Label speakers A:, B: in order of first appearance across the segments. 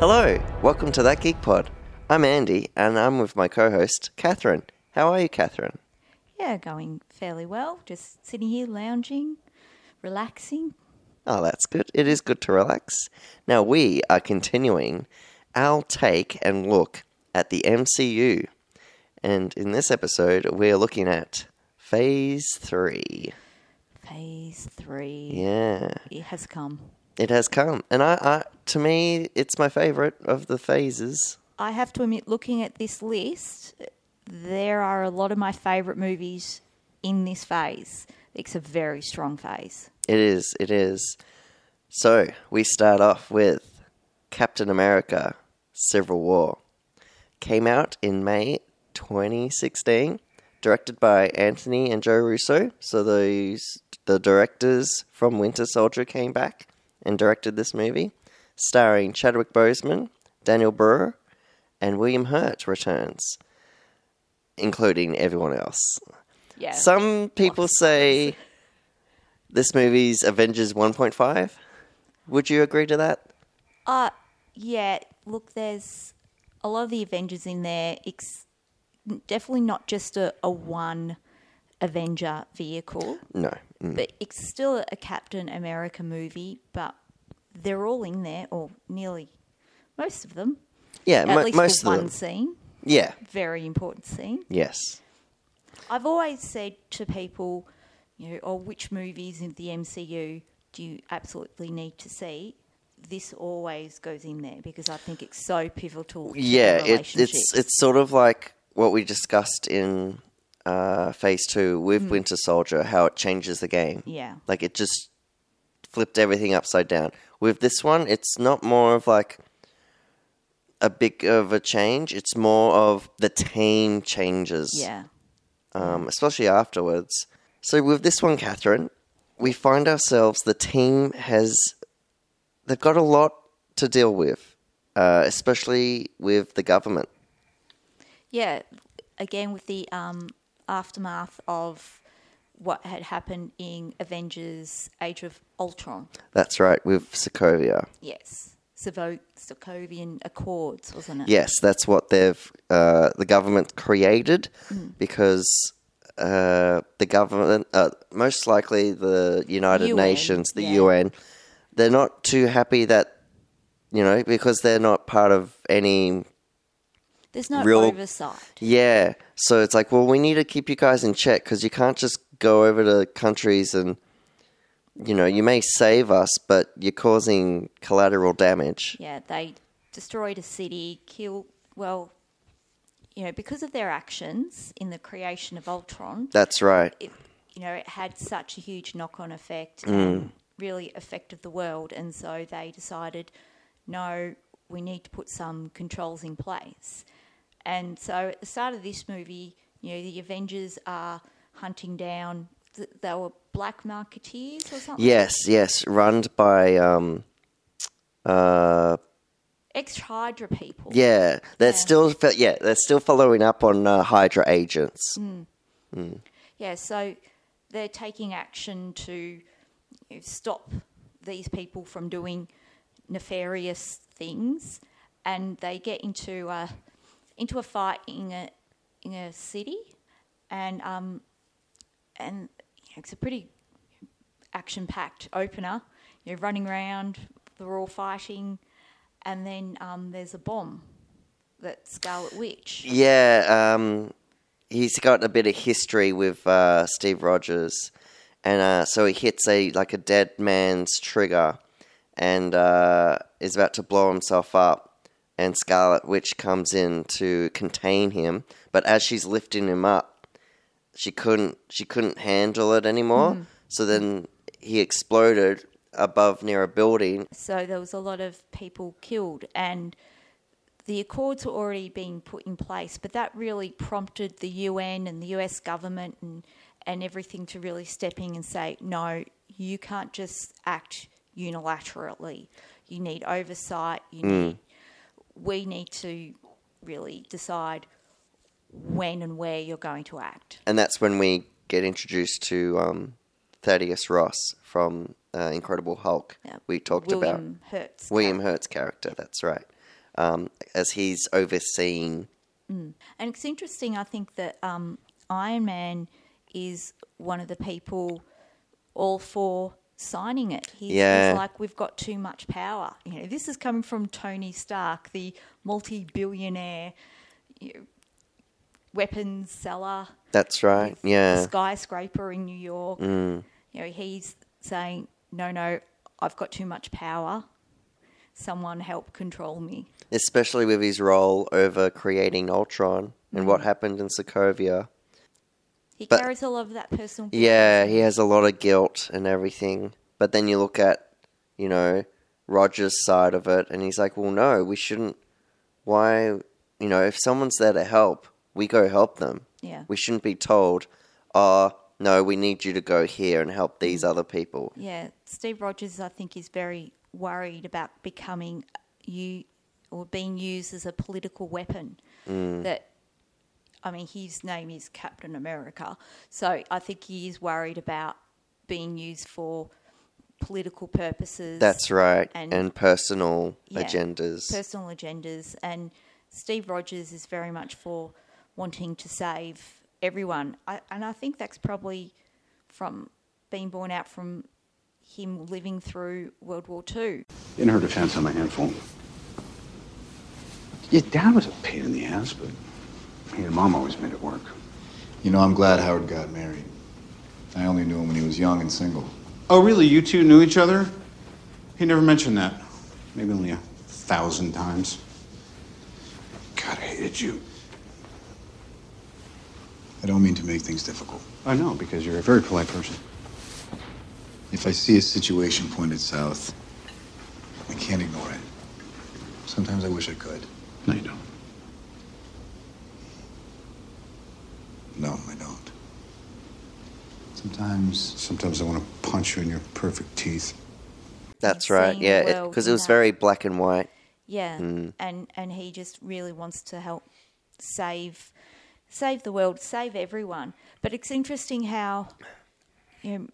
A: Hello, welcome to That Geek Pod. I'm Andy and I'm with my co host, Catherine. How are you, Catherine?
B: Yeah, going fairly well. Just sitting here lounging, relaxing.
A: Oh, that's good. It is good to relax. Now, we are continuing our take and look at the MCU. And in this episode, we're looking at Phase 3.
B: Phase three.
A: Yeah,
B: It has come.
A: it has come. And I, I to me, it's my favorite of the phases.
B: I have to admit, looking at this list, there are a lot of my favourite movies in this phase. It's a very strong phase.
A: It is, it is. So, we start off with Captain America Civil War. Came out in May 2016, directed by Anthony and Joe Russo. So, those the directors from Winter Soldier came back and directed this movie, starring Chadwick Boseman, Daniel Brewer, and William Hurt returns, including everyone else.
B: Yeah.
A: Some people say this movie's Avengers 1.5. Would you agree to that?
B: Uh, yeah, look, there's a lot of the Avengers in there. It's definitely not just a, a one Avenger vehicle.
A: No. Mm.
B: but it's still a Captain America movie, but they're all in there, or nearly most of them.
A: Yeah,
B: at
A: Uh, mo-
B: least
A: most
B: for
A: of
B: one
A: them.
B: scene,
A: Yeah.
B: very important scene.
A: Yes.
B: I've always said to people, you know, oh, which movies in the MCU do you absolutely need to see? This always goes in there because I think it's so pivotal. to
A: Yeah,
B: the
A: it, it's
B: relationship.
A: it's sort of like what we discussed in uh, Phase 2 with Winter Soldier, how it changes the game.
B: Mm. yeah,
A: Like it just flipped everything upside down. With this one, it's not more of like a big of a change. It's more of the team changes.
B: yeah.
A: um, especially afterwards. So with this one, Catherine, we find ourselves the team has they've got a lot to deal with, uh, especially with the government.
B: yeah, again with the um, aftermath of what had happened in Avengers: Age of Ultron.
A: That's right, with Sokovia.
B: Yes, Sovo- Sokovian Accords, wasn't it?
A: Yes, that's what they've uh, the government created because uh, the government, uh, most likely the United
B: UN,
A: Nations, the
B: yeah.
A: UN, they're not too happy that you know because they're not part of any
B: There's no
A: Real-
B: oversight.
A: Yeah. So it's like, well, we need to keep you guys in check because you can't just go over to countries and, you know, you may save us, but you're causing collateral damage.
B: Yeah, they destroyed a city, killed. Well, you know, because of their actions in the creation of Ultron,
A: That's right.
B: it, you know, it had such a huge knock-on effect, and really affected the world, and so they decided, no, we need to put some controls in place. And so, at the start of this movie, you know, the Avengers are hunting down. th- They were black marketeers or something.
A: Yes, yes. Run by, um, uh,
B: Ex Hydra people.
A: yeah, they're
B: Yeah.
A: still, fo- yeah, they're still following up on uh, Hydra agents.
B: Yeah, so they're taking action to you know, stop these people from doing nefarious things, and they get into a into a fight in a in a city, and um and you know, it's a pretty action packed opener. You're running around, they're all fighting, and then um, there's a bomb that Scarlet Witch.
A: Yeah, um, he's got a bit of history with uh, Steve Rogers, and uh, so he hits a like a dead man's trigger, and uh, is about to blow himself up, and Scarlet Witch comes in to contain him, but as she's lifting him up, she couldn't she couldn't handle it anymore, so then he exploded above near a building.
B: So there was a lot of people killed, and the accords were already being put in place. But that really prompted the UN and the US government and and everything to really step in and say, no, you can't just act unilaterally. You need oversight.
A: Hmm.
B: You need we need to really decide when and where you're going to act.
A: and that's when we get introduced to um, Thaddeus Ross from uh, Incredible Hulk.
B: Yeah.
A: We talked about
B: William Hurt's
A: William Hurt's character. That's right. um, as he's overseeing.
B: And it's interesting, I think, that um, Iron Man is one of the people all for signing it. He's,
A: Yeah.
B: he's like, we've got too much power. You know, this is coming from Tony Stark, the multi billionaire you know, weapons seller,
A: That's right.
B: the
A: Yeah. Mm.
B: skyscraper in New York. You know, he's saying, no, no, I've got too much power. Someone help control me.
A: Especially with his role over creating Ultron and
B: Mm-hmm.
A: what happened in Sokovia.
B: He
A: But-
B: carries a lot of that personal. guilt.
A: Yeah, he has a lot of guilt and everything. But then you look at, you know, Roger's side of it, and he's like, well, no, we shouldn't. Why, you know, if someone's there to help, we go help them.
B: Yeah.
A: We shouldn't be told, oh, no, we need you to go here and help these
B: Mm.
A: other people.
B: Yeah, Steve Rogers, I think, is very worried about becoming you or being used as a political weapon. That, I mean, his name is Captain America, so I think he is worried about being used for political purposes.
A: That's right. And,
B: And-
A: personal
B: Yeah.
A: agendas.
B: personal agendas, and Steve Rogers is very much for wanting to save everyone, I, and I think that's probably from being born out from him living through World War Two.
C: In her defense, I'm a handful. Your dad was a pain in the ass, but he and mom always made it work.
D: You know, I'm glad Howard got married. I only knew him when he was young and single.
C: Oh, really? You two knew each other? He never mentioned that. Maybe only a thousand times. God, I hated you.
D: I don't mean to make things difficult.
C: I know, because you're a very polite person.
D: If I see a situation pointed south, I can't ignore it. Sometimes I wish I could.
C: No, you don't.
D: No, I don't. Sometimes
C: Sometimes I want to punch you in your perfect teeth.
A: That's
B: You've
A: right.
B: seen the
A: Yeah,
B: world
A: because it,
B: in
A: was
B: that.
A: very black and white.
B: Yeah, and and he just really wants to help save save the world, save everyone. But it's interesting how you know,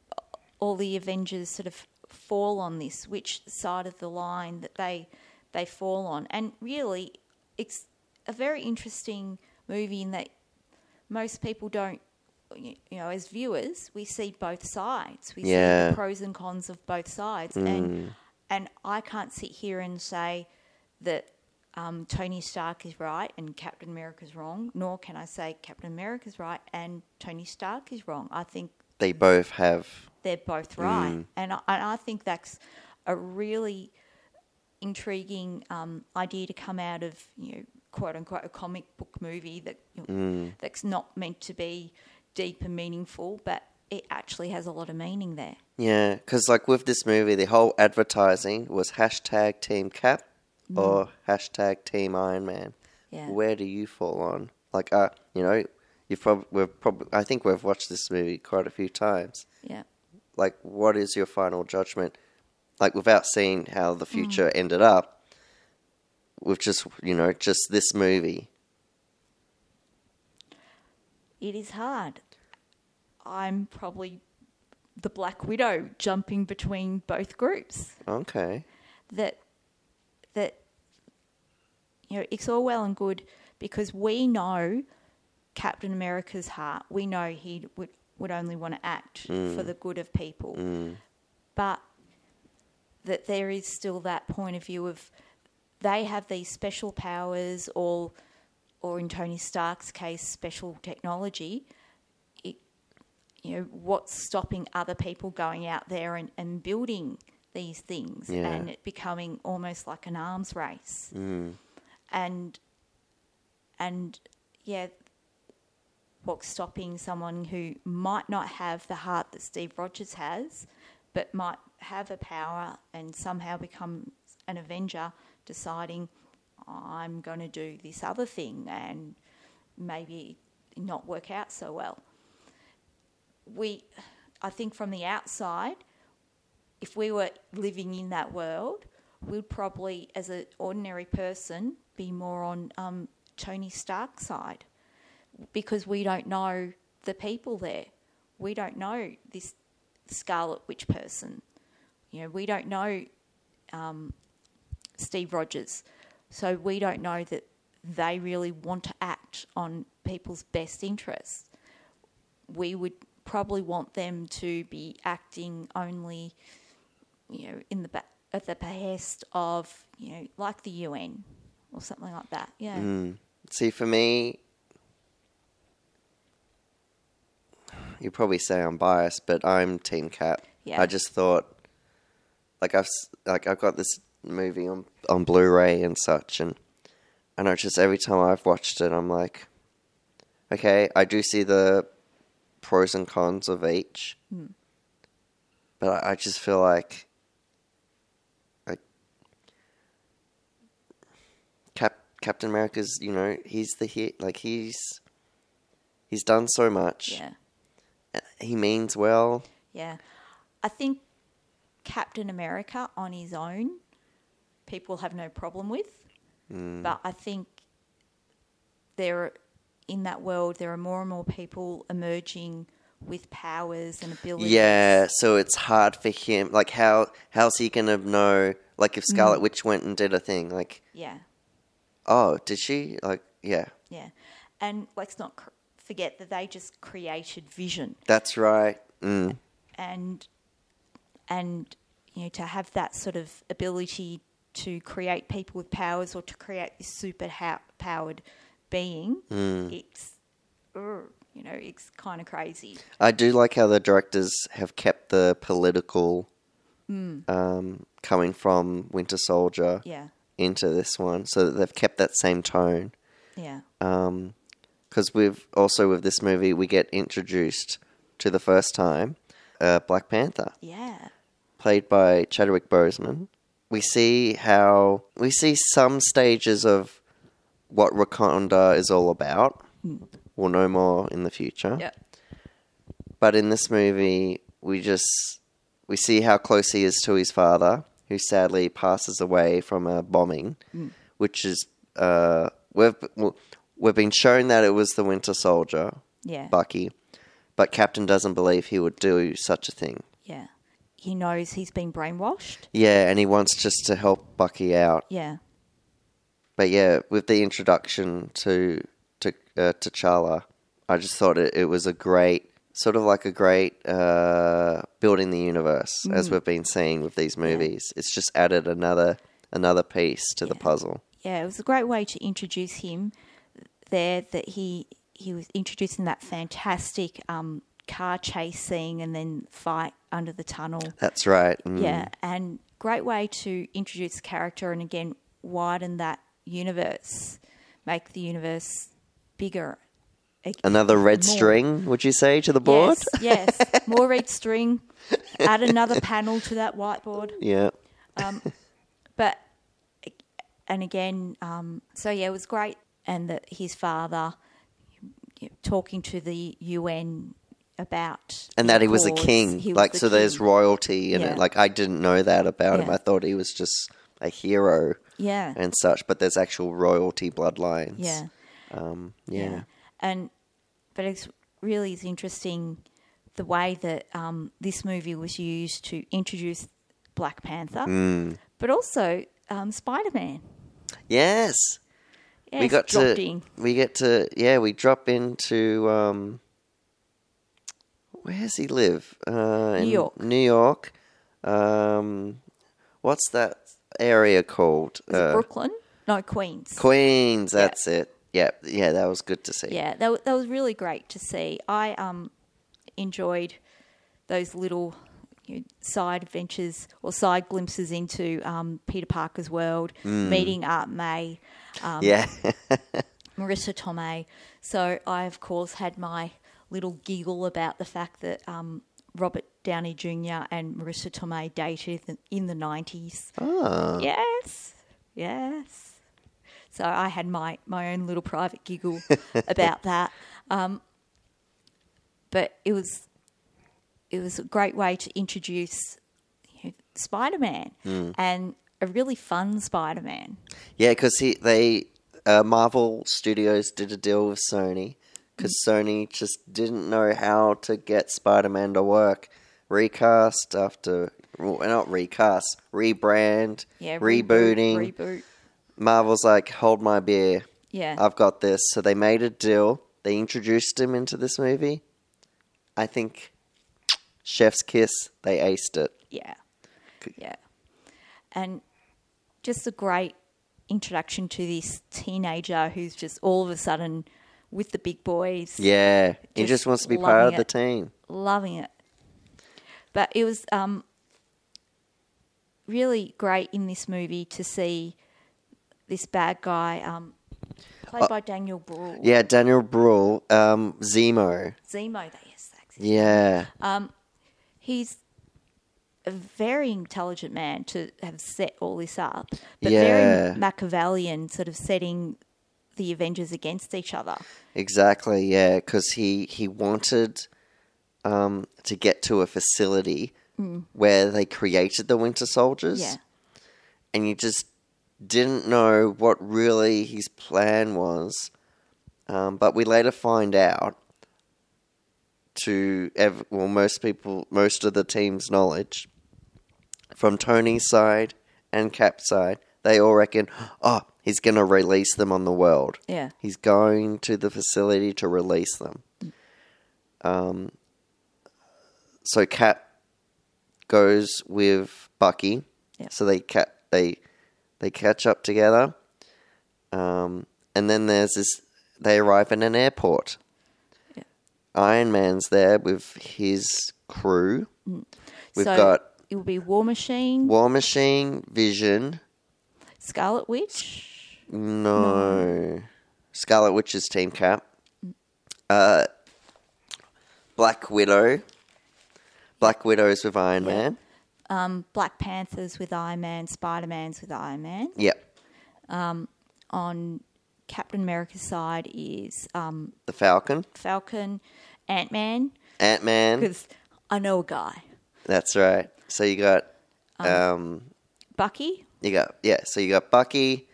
B: all the Avengers sort of fall on this, which side of the line that they they fall on, and really, it's a very interesting movie in that most people don't. You know, as viewers, we see both sides. We see
A: Yeah.
B: the pros and cons of both sides, and and I can't sit here and say that um, Tony Stark is right and Captain America's wrong, nor can I say Captain America's right and Tony Stark is wrong. I think
A: They both have.
B: they're both right, and I, and I think that's a really intriguing um, idea to come out of you know quote unquote a comic book movie that you know, that's not meant to be deep and meaningful, but it actually has a lot of meaning there.
A: Yeah, because like with this movie, the whole advertising was hashtag Team Cap or hashtag Team Iron Man.
B: Yeah.
A: Where do you fall on? Like, uh, you know, you've probably we've probably I think we've watched this movie quite a few times.
B: Yeah.
A: Like, what is your final judgment? Like, without seeing how the future ended up, with just you know just this movie.
B: It is hard. I'm probably the Black Widow jumping between both groups.
A: Okay.
B: That that you know, it's all well and good because we know Captain America's heart. We know he would would only want to act for the good of people. But that there is still that point of view of they have these special powers or or in Tony Stark's case special technology it, you know what's stopping other people going out there and, and building these things
A: Yeah.
B: and it becoming almost like an arms race and and yeah what's stopping someone who might not have the heart that Steve Rogers has, but might have a power and somehow become an Avenger, deciding, I'm going to do this other thing and maybe not work out so well. We, I think, from the outside, if we were living in that world, we'd probably, as an ordinary person, be more on um, Tony Stark's side because we don't know the people there. We don't know this Scarlet Witch person. You know, we don't know um, Steve Rogers. So we don't know that they really want to act on people's best interests. We would probably want them to be acting only, you know, in the ba- at the behest of you know, like the UN or something like that. Yeah.
A: See, for me, you probably say I'm biased, but I'm Team Cap.
B: Yeah.
A: I just thought, like I've s- like I've got this movie on on Blu-ray and such, and I know just every time I've watched it, I'm like, okay, I do see the pros and cons of each, but I, I just feel like, like Cap Captain America's, you know, he's the hit, like he's he's done so much
B: Yeah.
A: he means well.
B: Yeah. I think Captain America on his own, people have no problem with. But I think there are, in that world, there are more and more people emerging with powers and abilities.
A: Yeah, so it's hard for him. Like, how how's he gonna know? Like, if Scarlet Witch went and did a thing, like,
B: Yeah.
A: oh, did she? Like, yeah,
B: Yeah. And let's not cr- forget that they just created vision.
A: that's right. Mm.
B: and and you know to have that sort of ability to create people with powers or to create this super ha- powered being it's er, you know it's kind of crazy
A: I do like how the directors have kept the political um, coming from Winter Soldier
B: Hmm. yeah
A: into this one, so that they've kept that same tone.
B: yeah
A: because we've also with this movie we get introduced to the first time uh, Black Panther.
B: yeah
A: played by Chadwick Boseman, we see how we see some stages of what Wakanda is all about. We'll know more in the future.
B: Hmm. yeah
A: But in this movie, we just we see how close he is to his father, who sadly passes away from a bombing, which is uh, we've we've been shown that it was the Winter Soldier,
B: yeah
A: Bucky, but Captain doesn't believe he would do such a thing.
B: yeah he knows he's been brainwashed
A: Yeah, and he wants just to help Bucky out.
B: yeah
A: But yeah, with the introduction to to uh, T'Challa, I just thought it, it was a great sort of like a great uh, building the universe
B: Mm.
A: as we've been seeing with these movies. It's just added another another piece to the puzzle.
B: yeah, it was a great way to introduce him there. That he he was introduced in that fantastic um, car chase scene and then fight under the tunnel.
A: That's right. Mm.
B: Yeah, and great way to introduce the character and again widen that universe, make the universe bigger. E-, Ag-
A: Another red
B: more.
A: string, would you say, to the board?
B: Yes, yes. More red string. Add another panel to that whiteboard.
A: Yeah.
B: But and again, um, so yeah, it was great, and that his father you know, talking to the UN about
A: And that he was a
B: cause.
A: king.
B: He was
A: like
B: the
A: so there's
B: king.
A: royalty in
B: Yeah.
A: it. Like I didn't know that about him.
B: Yeah.
A: I thought he was just a hero.
B: yeah
A: and such, but there's actual royalty bloodlines.
B: yeah
A: Yeah.
B: and but it's really is interesting the way that um, this movie was used to introduce Black Panther,
A: Mm.
B: but also um, Spider Man.
A: Yes.
B: Yeah,
A: we
B: it's
A: got
B: dropped
A: to
B: in.
A: we get to yeah, we drop into um where does he live? Uh in
B: York.
A: New York. Um what's that area called? Uh,
B: Was it Brooklyn? No, Queens.
A: Queens, that's it. Yeah, yeah, that was good to see.
B: yeah, that, wa- that was really great to see. I um, enjoyed those little you know, side adventures or side glimpses into um, Peter Parker's world,
A: Mm.
B: meeting Aunt May,
A: yeah.
B: Marissa Tomei. So I, of course, had my little giggle about the fact that um, Robert Downey Jr. and Marissa Tomei dated in the- in the 90s. Yes, yes. So I had my, my own little private giggle about that. Um, but it was it was a great way to introduce you know, Spider Man and a really fun Spider Man.
A: Yeah, because he they uh, Marvel Studios did a deal with Sony because
B: Mm.
A: Sony just didn't know how to get Spider Man to work. Recast after well, not recast, rebrand,
B: Yeah, reboot,
A: rebooting,
B: reboot.
A: Marvel's like, hold my beer.
B: Yeah.
A: I've got this. So they made a deal. They introduced him into this movie. I think Chef's Kiss, they aced it.
B: Yeah. Yeah. And just a great introduction to this teenager who's just all of a sudden with the big boys,
A: Yeah. he
B: Just
A: just wants to be
B: loving
A: part of the
B: it.
A: team.
B: loving it. But it was um, really great in this movie to see this bad guy um, played by Daniel
A: Uh,
B: Bruhl.
A: Yeah, Daniel Bruhl, um, Zemo.
B: Zemo, they yes, that's it.
A: Yeah.
B: he's a very intelligent man to have set all this up, but
A: Yeah.
B: very Machiavellian, sort of setting the Avengers against each other.
A: Exactly, yeah, because he he wanted um, to get to a facility where they created the Winter Soldiers,
B: Yeah.
A: and you just didn't know what really his plan was. Um, but we later find out to ev- well, most people, most of the team's knowledge from Tony's side and Cap's side, they all reckon, oh, he's going to release them on the world.
B: Yeah.
A: He's going to the facility to release them. Um, so Cap goes with Bucky.
B: Yeah.
A: So they ca- they they catch up together. Um, and then there's this. They arrive in an airport.
B: Yeah.
A: Iron Man's there with his crew. We've
B: Mm. so
A: got
B: it will be War Machine,
A: War Machine, Vision.
B: Scarlet Witch,
A: No. Scarlet Witch's team cap. Uh, Black Widow. Black Widow's with Iron Man.
B: um, Black Panthers with Iron Man, Spider Man's with Iron Man.
A: Yep.
B: On Captain America's side is um,
A: The Falcon.
B: Falcon, Ant Man,
A: Ant Man.
B: because I know a guy,
A: That's right. So you got um,
B: Bucky.
A: you got yeah, so you got Bucky,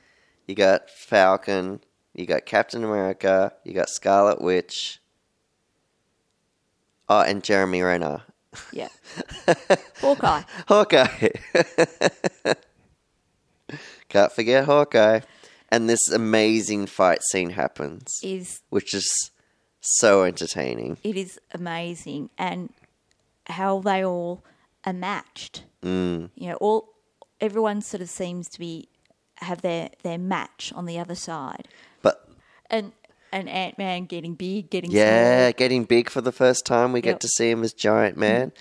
A: you got Falcon, you got Captain America, you got Scarlet Witch. Oh, and Jeremy Renner.
B: Yeah. Hawkeye.
A: Hawkeye. Can't forget Hawkeye. And this amazing fight scene happens,
B: is
A: which is so entertaining.
B: it is amazing and how they all are matched. Mm. You know, all everyone sort of seems to be have their their match on the other side,
A: But
B: and and Ant Man getting big, getting
A: yeah, getting big for the first time, we
B: Yep.
A: get to see him as Giant Man.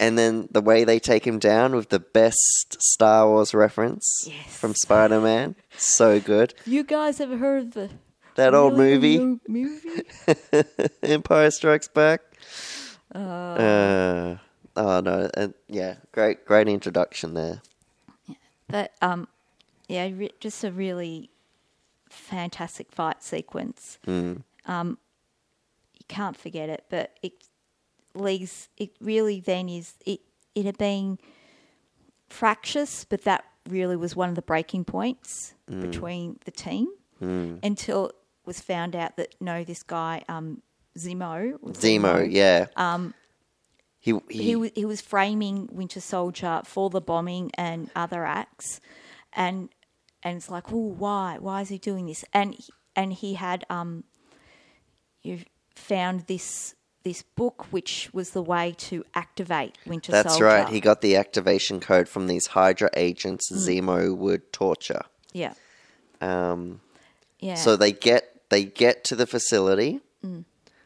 A: And then the way they take him down with the best Star Wars reference
B: Yes.
A: from Spider Man. So good.
B: small. You guys ever heard of the
A: That old
B: really
A: movie.
B: new movie?
A: Empire Strikes Back. Uh, oh no, and yeah, great, great introduction there.
B: But um, yeah, re- just a really fantastic fight sequence. Um, you can't forget it, but it leagues. It really then is it. It had been fractious, but that really was one of the breaking points between the team until it was found out that no, this guy um, Zemo. was-
A: Zemo, yeah. Um, he he,
B: he was, he was framing Winter Soldier for the bombing and other acts, and and it's like, oh, why why is he doing this? And he- and he had um, you found this this book which was the way to activate Winter
A: that's
B: Soldier. Hmm.
A: right. He got the activation code from these Hydra agents. Zemo would torture.
B: yeah
A: Um,
B: yeah. Hmm.
A: So they get they get to the facility.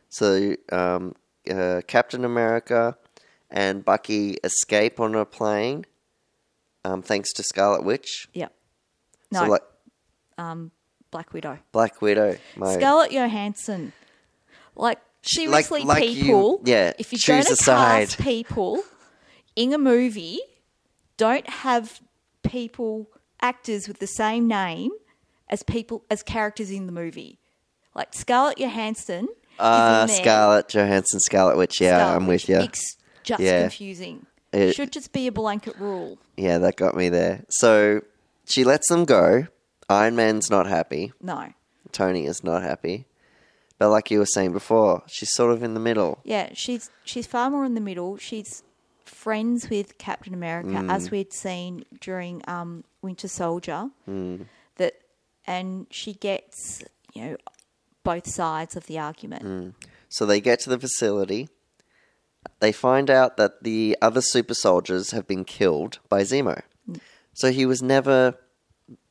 A: So um, uh, Captain America and Bucky escape on a plane, um, thanks to Scarlet Witch.
B: yeah. No,
A: So like
B: Black Widow.
A: Black Widow. My,
B: Scarlett Johansson. Like seriously,
A: like you-
B: people.
A: yeah,
B: If you're
A: choose
B: going to
A: a side.
B: cast people in a movie, don't have people actors with the same name as people as characters in the movie. Like Scarlett Johansson.
A: Uh,
B: is in there.
A: Scarlett Johansson, Scarlet Witch. Yeah,
B: Scarlett,
A: I'm
B: which
A: with you.
B: It's just
A: Yeah.
B: confusing.
A: It-
B: Should just be a blanket rule.
A: yeah, that got me there. So she lets them go. Iron Man's not happy.
B: No.
A: Tony is not happy. But like you were saying before, she's sort of in the middle.
B: Yeah, she's she's far more in the middle. She's friends
A: Mm. Mm.
B: with Captain America, as we'd seen during um, Winter Soldier. That and she gets you know both sides of the argument.
A: Mm. So they get to the facility. They find out that the other super soldiers have been killed by Zemo. So he was never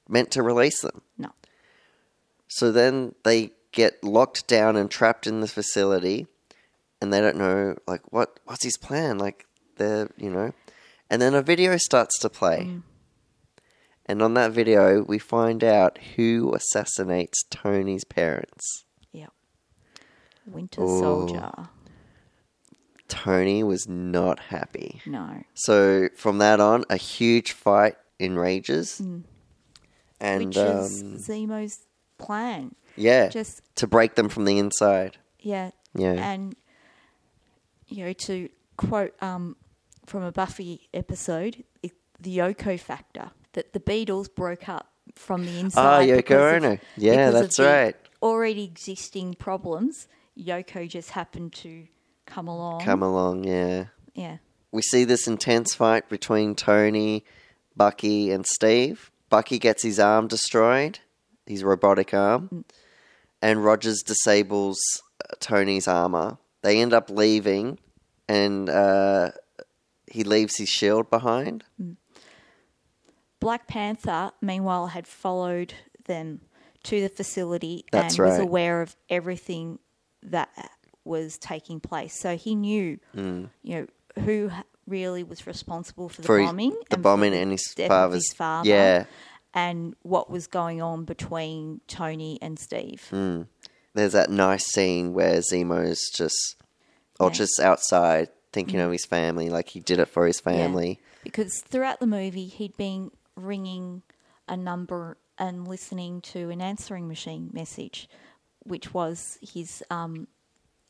A: meant to release them.
B: No,
A: So then they get locked down and trapped in the facility, and they don't know like what what's his plan. Like they're you know, and then a video starts to play,
B: Mm.
A: and on that video we find out who assassinates Tony's parents.
B: yeah. Winter
A: Oh.
B: Soldier.
A: Tony was not happy.
B: No,
A: So from that on, a huge fight enrages, and
B: Mm. which
A: um,
B: is Zemo's plan.
A: yeah,
B: just-
A: to break them from the inside.
B: Yeah.
A: Yeah.
B: And you know, to quote um, from a Buffy episode, it, the Yoko factor that the Beatles broke up from the inside.
A: Ah, Yoko
B: because
A: Ono. Yeah,
B: because of
A: that's
B: the
A: right.
B: Already existing problems. Yoko just happened to come along.
A: Come along, yeah.
B: Yeah.
A: we see this intense fight between Tony, Bucky, and Steve. Bucky gets his arm destroyed, his robotic
B: Mm.
A: arm, and Rogers disables uh, Tony's armor. They end up leaving, and uh, he leaves his shield behind.
B: Black Panther, meanwhile, had followed them to the facility
A: That's
B: and was
A: right.
B: aware of everything that was taking place. So he knew, you know, who h- really was responsible for
A: Mm.
B: the
A: For his-
B: bombing,
A: the
B: and for
A: bombing and his
B: death of
A: father's-
B: his father,
A: yeah.
B: and what was going on between Tony and Steve.
A: There's that nice scene where Zemo's just, or
B: Yeah. Mm.
A: just outside thinking of his family, like he did it for his
B: Yeah.
A: family.
B: Because throughout the movie, he'd been ringing a number and listening to an answering machine message, which was his um,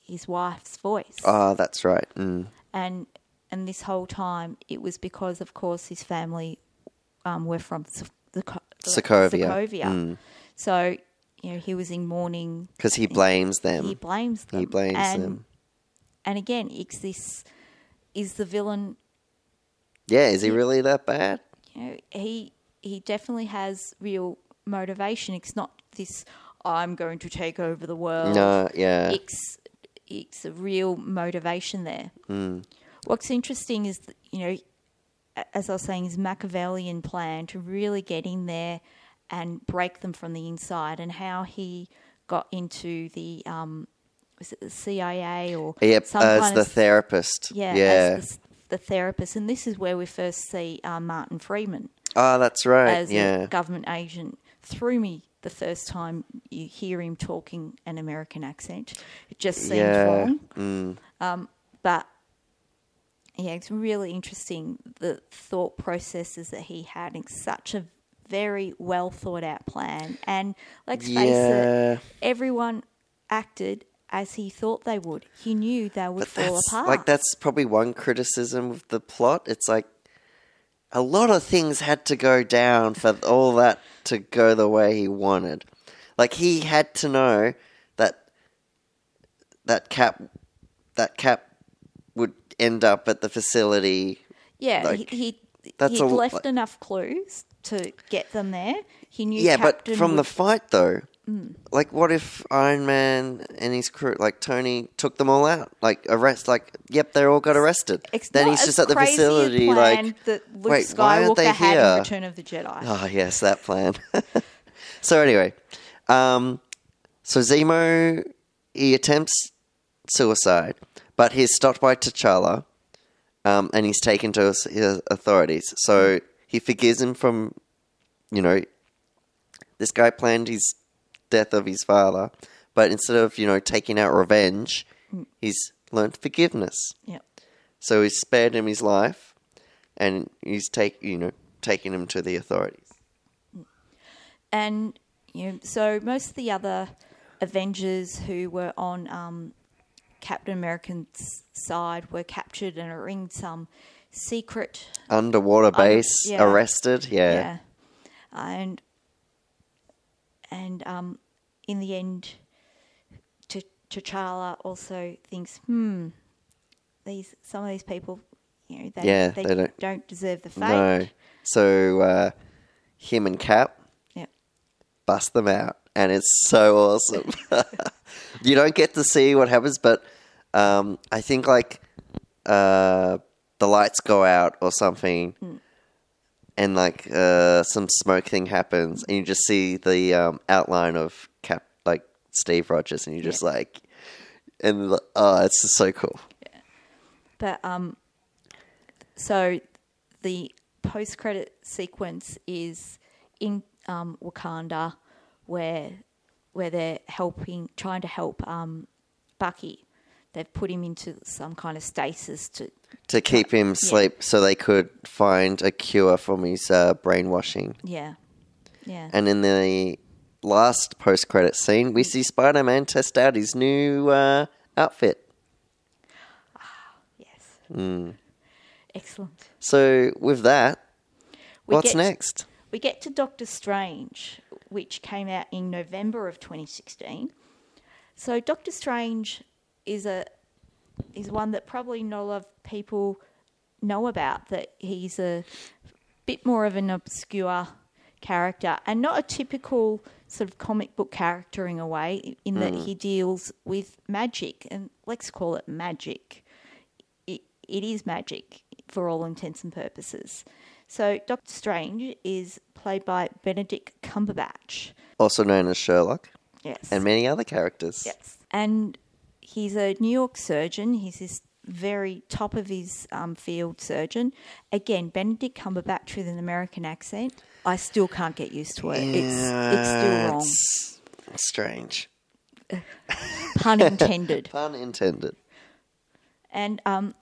B: his wife's voice.
A: Ah, that's right. Mm.
B: And and this whole time, it was because, of course, his family um, were from S- the, Co-
A: Sokovia. Mm.
B: Sokovia. So you know he was in mourning.
A: Because he blames them.
B: He blames them.
A: He blames
B: and,
A: them.
B: And again, it's this: is the villain
A: Yeah, is he really that bad?
B: you know, he he definitely has real motivation. It's not this I'm going to take over the world.
A: No, yeah.
B: It's it's a real motivation there.
A: Hmm.
B: What's interesting is that, you know, a- as I was saying, his Machiavellian plan to really get in there and break them from the inside, and how he got into the um, was it the CIA or
A: Yep,
B: some
A: as
B: kind
A: the
B: of
A: therapist.
B: yeah,
A: yeah.
B: as the, the therapist, and this is where we first see uh, Martin Freeman
A: oh, that's right.
B: as
A: Yeah,
B: a government agent threw me the first time you hear him talking an American accent. It just seemed
A: Yeah, mm.
B: wrong. Um, but yeah, it's really interesting the thought processes that he had. It's such a very well thought out plan. And let's face
A: Yeah.
B: it, everyone acted as he thought they would. He knew they would fall
A: that's
B: apart.
A: like that's probably one criticism of the plot. It's like a lot of things had to go down for all that to go the way he wanted. Like he had to know that that cap that cap would end up at the facility.
B: Yeah,
A: Like,
B: he, he
A: that's
B: he'd
A: a-
B: left
A: like-
B: enough clues to get them there. He knew.
A: yeah,
B: Captain
A: but
B: Mm.
A: from the
B: would-
A: fight though, like what if Iron Man and his crew, like Tony, took them all out, like arrest, like yep, they all got arrested.
B: it's
A: then
B: not
A: he's
B: as
A: just at the
B: crazy a
A: facility,
B: plan
A: like
B: that Luke
A: wait,
B: Skywalker
A: why aren't they
B: had
A: here?
B: in Return of the Jedi.
A: Oh yes, that plan. so anyway, um, so Zemo he attempts suicide, but he's stopped by T'Challa, um, and he's taken to his, his authorities. So he forgives him from, you know, this guy planned his death of his father, but instead of you know taking out revenge, he's learnt forgiveness.
B: Yeah,
A: So he's spared him his life, and he's take you know taking him to the authorities.
B: and you know, so most of the other Avengers who were on um, Captain American's side were captured and are in some secret
A: Underwater base,
B: yeah.
A: arrested. Yeah.
B: yeah and and um in the end T- T'Challa also thinks hmm these some of these people you know they,
A: Yeah,
B: they,
A: they don't-
B: don't, deserve the fate
A: No. So uh, him and Cap
B: yeah
A: bust them out, and it's so awesome. you don't get to see what happens, but um, I think like uh, the lights go out or something,
B: Hmm.
A: and like uh, some smoke thing happens, and you just see the um, outline of Cap, like Steve Rogers, and you're just like, and like, oh, it's just so cool.
B: But um, so the post-credit sequence is in um, Wakanda, where where they're helping, trying to help um, Bucky. They've put him into some kind of stasis to
A: To keep him asleep, so they could find a cure from his uh, brainwashing.
B: yeah, yeah,
A: And in the last post credit scene, we see Spider Man test out his new uh, outfit.
B: yes, excellent.
A: So, with that,
B: We
A: what's
B: get-
A: next?
B: We get to Doctor Strange, which came out in November of 2016. So Doctor Strange is a is one that probably not a lot of people know about. That he's a bit more of an obscure character and not a typical sort of comic book character in a way, in that he deals with magic and let's call it magic it, it is magic for all intents and purposes. So Doctor Strange is played by Benedict Cumberbatch.
A: Also known as Sherlock,
B: Yes.
A: and many other characters.
B: yes. And he's a New York surgeon. He's this very top of his um, field surgeon. Again, Benedict Cumberbatch with an American accent. I still can't get used to it. It's it's still wrong.
A: It's strange.
B: Pun intended.
A: Pun intended.
B: and um,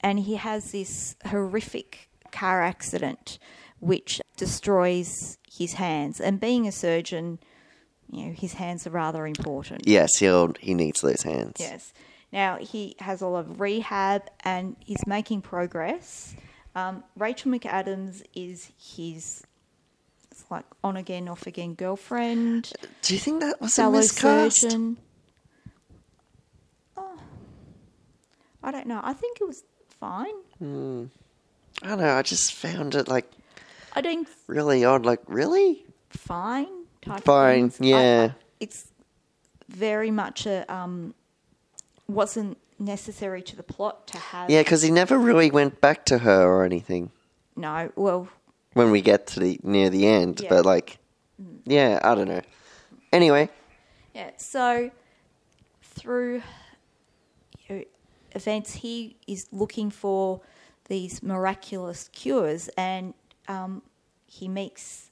B: and he has this horrific car accident which destroys his hands. And being a surgeon, you know, his hands are rather important.
A: Yes, he'll, he needs those hands.
B: Yes. Now he has a lot of rehab and he's making progress. Um, Rachel McAdams is his it's like on again, off again girlfriend,
A: Do you think that was a
B: fellow
A: miscast?
B: surgeon. Oh, I don't know. I think it was fine.
A: I don't know. I just found it like
B: I think
A: really odd. Like, really?
B: fine type. of
A: Fine,
B: things. I- I-
A: yeah.
B: it's very much a um, wasn't necessary to the plot to have.
A: Yeah, because he never really went back to her or anything.
B: No. Well,
A: when we get to the near the end.
B: Yeah. Mm.
A: But like, yeah, I don't know. Anyway,
B: yeah. So through you know, events, he is looking for these miraculous cures, and um, he meets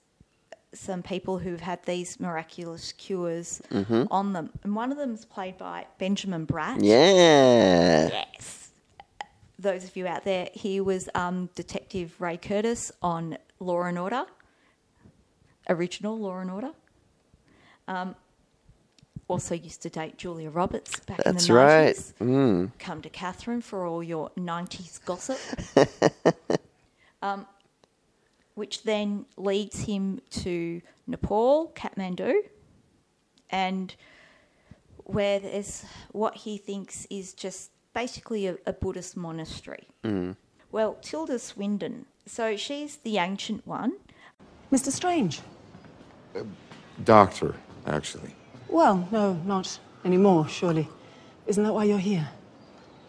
B: some people who've had these miraculous cures on them, and one of them is played by Benjamin Bratt.
A: yeah,
B: Yes. Those of you out there, he was um, Detective Ray Curtis on Law and Order, original Law and Order. Um, also used to date Julia Roberts back
A: That's
B: in the
A: right. Mm.
B: 90s. Come to Catherine for all your 90s gossip. um, which then leads him to Nepal, Kathmandu, and where there's what he thinks is just basically a, a Buddhist monastery.
A: Mm.
B: Well, Tilda Swindon, so she's the ancient one.
E: Mr. Strange?
F: Doctor, actually.
E: Well, no, not anymore, surely. Isn't that why you're here?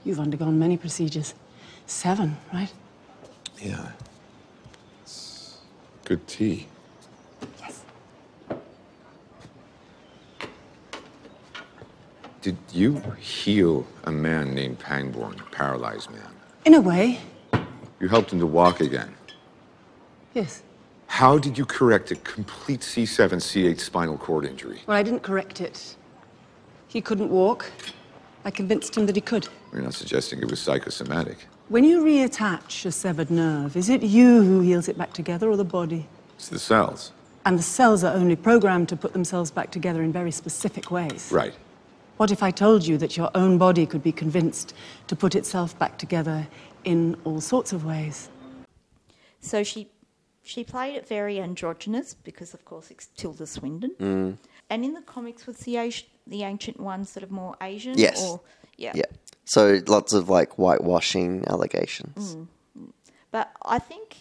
E: You've undergone many procedures. Seven, right?
F: Yeah. It's good tea. Yes. Did you heal a man named Pangborn, paralyzed man?
E: In a way,
F: You helped him to walk again.
E: yes.
F: How did you correct a complete C7, C8 spinal cord injury?
E: Well, I didn't correct it. He couldn't walk. I convinced him that he could.
F: You're not suggesting it was psychosomatic.
E: When you reattach a severed nerve, is it you who heals it back together or the body?
F: It's the cells.
E: And the cells are only programmed to put themselves back together in very specific ways.
F: Right.
E: What if I told you that your own body could be convinced to put itself back together in all sorts of ways?
B: So she she played it very androgynous because, of course, it's Tilda Swindon.
A: Mm.
B: And in the comics, was the Asi- the ancient one sort of more Asian?
A: Yes.
B: Or, yeah.
A: yeah.
B: Mm.
A: So lots of like whitewashing allegations.
B: But I think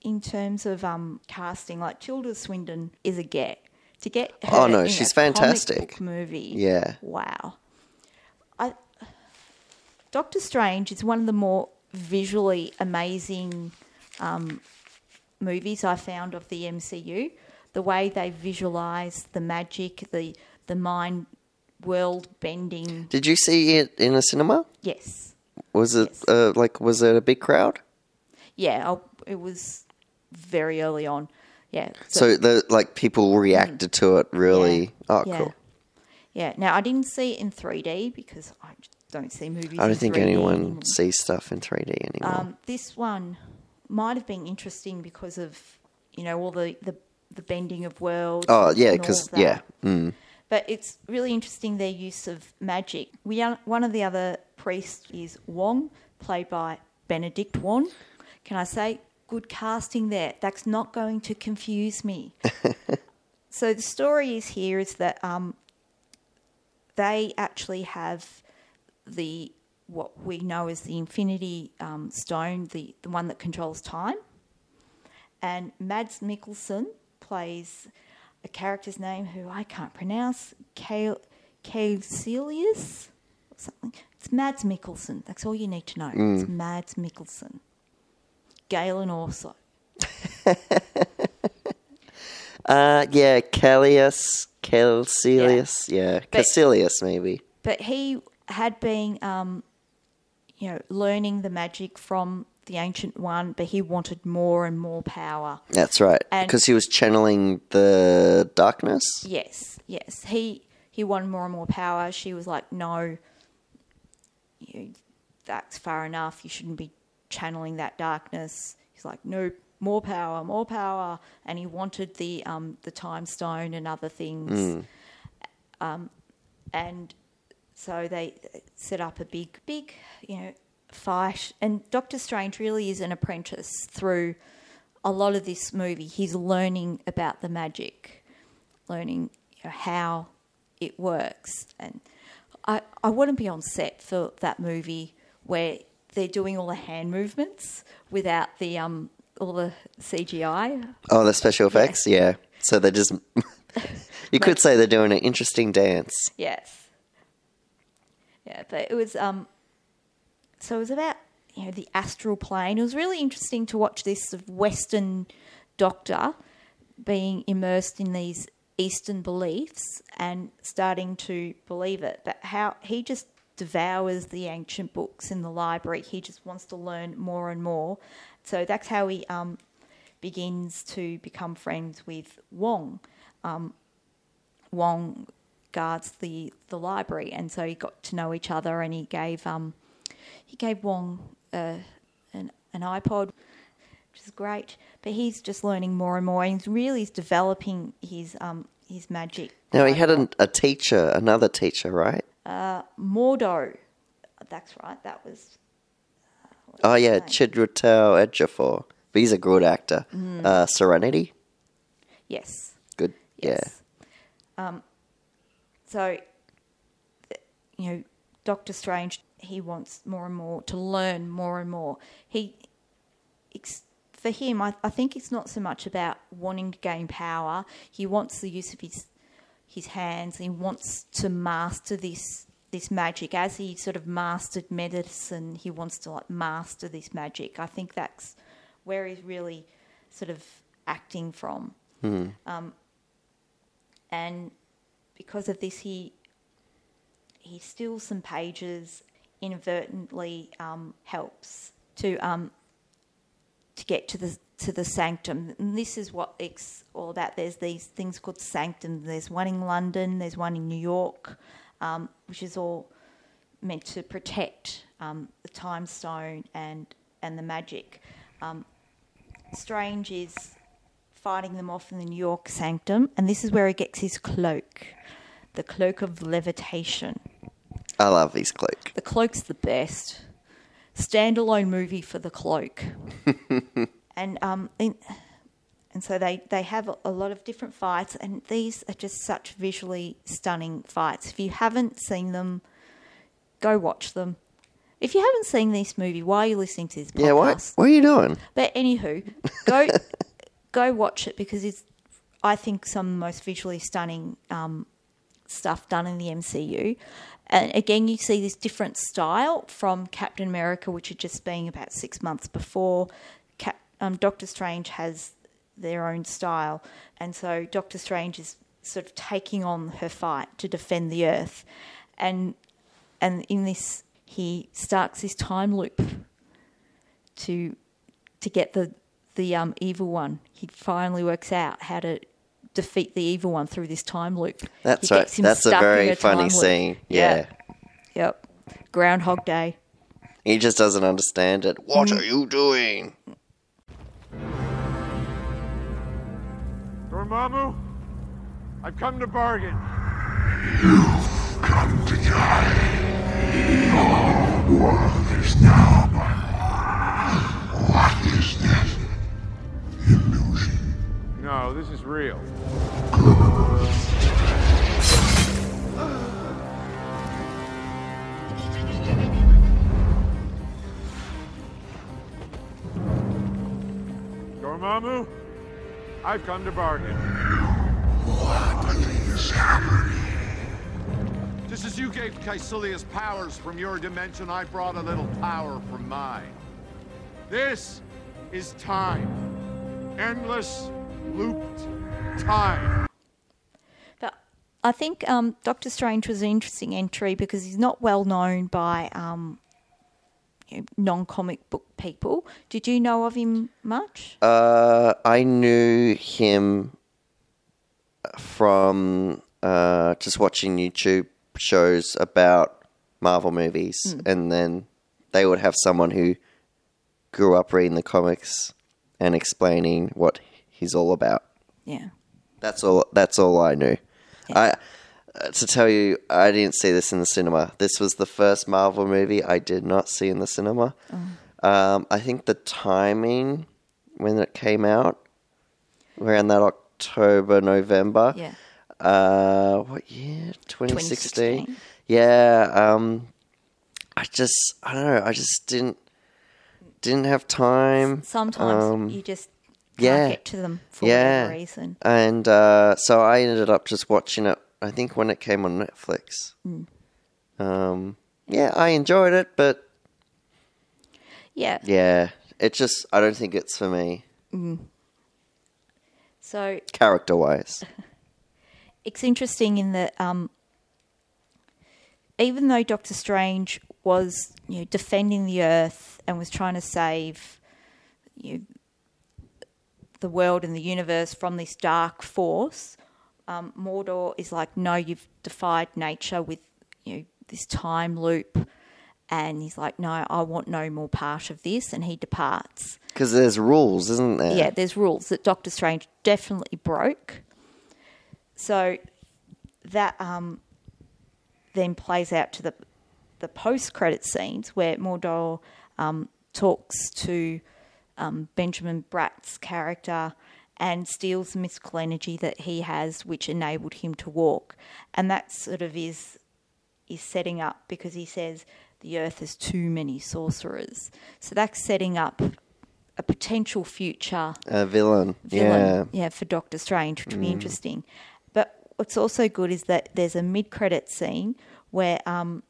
B: in terms of um, casting, like Tilda Swinton is a get to get. Her
A: Oh, no,
B: in a
A: she's
B: comic
A: fantastic.
B: book movie.
A: Yeah.
B: Wow. I, Doctor Strange is one of the more visually amazing um, movies I found of the MCU. The way they visualize the magic, the the mind world bending.
A: Did you see it in a cinema?
B: Yes.
A: Was it
B: Yes.
A: uh, like was it a big crowd?
B: Yeah, I, it was very early on. Yeah.
A: So, the like people reacted to it really. Oh,
B: Mm. yeah.
A: cool.
B: Yeah. Now I didn't see it in 3D because I don't see movies.
A: I
B: in
A: don't think
B: 3D
A: anyone
B: anymore.
A: sees stuff in 3D anymore.
B: Um, this one might have been interesting because of you know all the the, the bending of worlds.
A: oh, yeah,
B: and all
A: because
B: of that.
A: yeah, mm.
B: But it's really interesting their use of magic. We are, one of the other priests is Wong, played by Benedict Wong. Can I say good casting there? That's not going to confuse me. so the story is here is that um, they actually have the what we know as the Infinity um, Stone, the, the one that controls time. And Mads Mikkelsen plays a character's name who I can't pronounce, Caecilius or something. It's Mads Mikkelsen. That's all you need to know. It's Mads Mikkelsen. Galen also.
A: uh, yeah, Callius, Calcilius, yeah,
B: But-
A: Caecilius maybe.
B: But he had been, um, you know, learning the magic from the ancient one, but he wanted more and more power.
A: That's right,
B: And-
A: because he was channeling the darkness.
B: Yes, yes. He he won more and more power. She was like, "No, you, that's far enough. You shouldn't be channeling that darkness." He's like, "No, more power, more power," and he wanted the um the time stone and other things. Um, and so they uh, set up a big, big, you know, fight. And Doctor Strange really is an apprentice through a lot of this movie. He's learning about the magic learning you know, how it works. And I, I wouldn't be on set for that movie where they're doing all the hand movements without the um all the CGI.
A: Oh, the special effects, yeah. So they just. you could say they're doing an interesting dance.
B: Yes. Yeah, but it was um so it was about you know the astral plane. It was really interesting to watch this sort of Western doctor being immersed in these Eastern beliefs and starting to believe it. But how he just devours the ancient books in the library. He just wants to learn more and more. So that's how he um, begins to become friends with Wong. Wong guards the the library, and so he got to know each other, and he gave um he gave Wong uh, an an iPod, which is great. But he's just learning more and more, and he's really is developing his um his magic.
A: Now he had an, a teacher, another teacher, right?
B: Mordo, that's right. That was
A: Oh yeah, Chidratel Ejiofor. But he's a good actor.
B: Mm.
A: Uh, Serenity,
B: yes.
A: good. Yeah.
B: Yes. Um, so, th- you know, Doctor Strange, he wants more and more to learn more and more. He, it's, for him, I, I think it's not so much about wanting to gain power. He wants the use of his his hands. He wants to master this this magic. As he sort of mastered medicine, he wants to like master this magic. I think that's where he's really sort of acting from Um, and because of this, he he steals some pages, inadvertently um, helps to um, to get to the to the sanctum. And this is what it's all about. There's these things called sanctum. There's one in London. There's one in New York, um, which is all meant to protect um, the time stone and and the magic. Um, Strange is fighting them off in the New York sanctum, and this is where he gets his cloak, the cloak of levitation.
A: I love his cloak.
B: The cloak's the best standalone movie for the cloak, and um, in, and so they they have a lot of different fights, and these are just such visually stunning fights. If you haven't seen them, go watch them. If you haven't seen this movie, why are you listening to this podcast?
A: Yeah, what? What are you doing?
B: But anywho, go go watch it because it's I think some of the most visually stunning um, stuff done in the MCU. And again, you see this different style from Captain America, which had just been about six months before. Cap- um, Doctor Strange has their own style, and so Doctor Strange is sort of taking on her fight to defend the Earth, and and in this he starts this time loop to to get the the um, evil one. He finally works out how to defeat the evil one through this time loop.
A: That's
B: He
A: right.
B: gets him
A: That's a
B: stuck in
A: very
B: time
A: funny
B: loop.
A: scene. yeah.
B: Yep. Groundhog Day.
A: He just doesn't understand it. What
B: Mm.
A: are you doing?
G: Dormammu, I've come to bargain.
H: Come to die. Your world is now mine. What is this? Illusion.
G: No, this is real. Dormammu, I've come to bargain.
H: What is happening?
G: Just as you gave Caecilius powers from your dimension, I brought a little power from mine. This is time. Endless, looped time.
B: But I think um, Doctor Strange was an interesting entry because he's not well known by um, you know, non-comic book people. Did you know of him much?
A: Uh, I knew him from uh, just watching YouTube shows about Marvel movies, and then they would have someone who grew up reading the comics and explaining what he's all about.
B: yeah.
A: That's all. That's all I knew. I uh, to tell you, I didn't see this in the cinema. This was the first Marvel movie I did not see in the cinema. Um, I think the timing when it came out around that October November.
B: Yeah.
A: Uh, what year? Twenty sixteen.
B: 2016.
A: Yeah. Um, I just I don't know. I just didn't didn't have time.
B: Sometimes
A: Um,
B: you just can't
A: yeah.
B: get to them for whatever reason.
A: And uh, so I ended up just watching it. I think when it came on Netflix.
B: Hmm.
A: Um, yeah, I enjoyed it, but
B: Yeah.
A: yeah, it just I don't think it's for me
B: So
A: character wise.
B: it's interesting in that um, even though Doctor Strange was you know defending the Earth and was trying to save you know, the world and the universe from this dark force, um, Mordor is like, no, you've defied nature with you know, this time loop, and he's like, no, I want no more part of this, and he departs
A: Because there's rules, isn't there?
B: yeah, there's rules that Doctor Strange definitely broke. So that um, then plays out to the the post credit scenes where Mordor um, talks to um, Benjamin Bratt's character and steals the mystical energy that he has, which enabled him to walk, and that sort of is is setting up because he says the Earth has too many sorcerers. So that's setting up a potential future
A: A villain.
B: villain, yeah. for Doctor Strange, which would be interesting. But what's also good is that there's a mid-credit scene where um,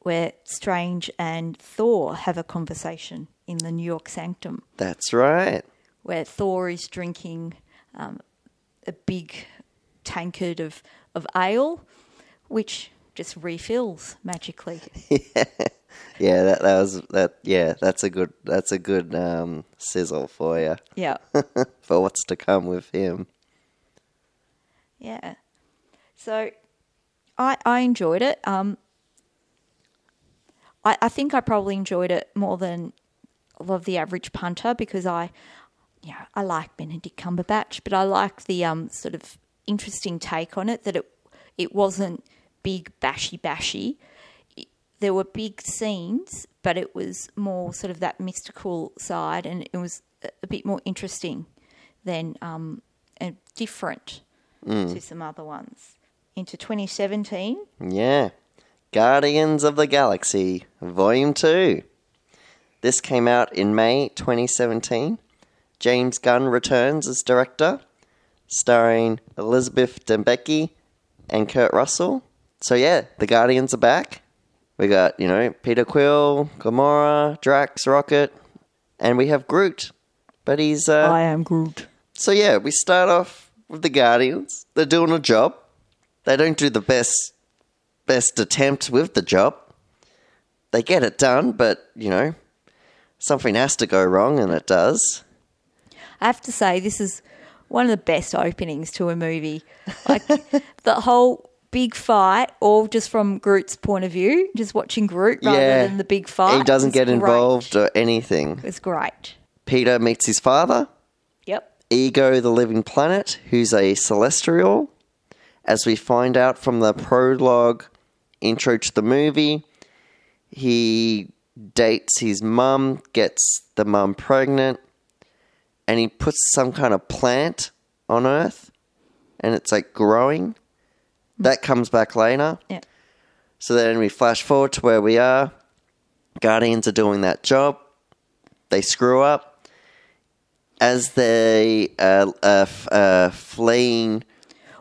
B: where Strange and Thor have a conversation in the New York Sanctum,
A: Yeah, that's right.
B: where Thor is drinking um, a big tankard of of ale, which just refills magically.
A: Yeah, that, that was that. Yeah, that's a good. That's a good um, sizzle for you
B: Yeah.
A: for what's to come with him.
B: Yeah. So I I enjoyed it. Um I I think I probably enjoyed it more than a lot of the average punter because I you know, I like Benedict Cumberbatch, but I like the um sort of interesting take on it that it it wasn't big bashy bashy. It- There were big scenes, but it was more sort of that mystical side, and it was a- a bit more interesting than um, and different to some other ones. Into 2017,
A: Yeah, Guardians of the Galaxy Volume 2. This came out in May 2017. James Gunn returns as director, starring Elizabeth Debicki and Kurt Russell. So yeah, the Guardians are back. We got, you know, Peter Quill, Gamora, Drax, Rocket, and we have Groot. But he's uh
I: I am Groot.
A: so yeah, we start off with the Guardians. They're doing a job. They don't do the best best attempt with the job. They get it done, but you know, something has to go wrong, and it does.
B: I have to say, this is one of the best openings to a movie. Like the whole big fight, all just from Groot's point of view, just watching Groot rather
A: Yeah.
B: than the big fight.
A: he doesn't
B: was
A: get
B: great.
A: involved or anything.
B: It's great.
A: Peter meets his father,
B: Yep.
A: Ego the Living Planet, who's a celestial. As we find out from the prologue intro to the movie, he dates his mum, gets the mum pregnant, and he puts some kind of plant on Earth, and it's like growing. That comes back later.
B: Yeah.
A: So then we flash forward to where we are. Guardians are doing that job. They screw up as they uh, uh, f- uh, fleeing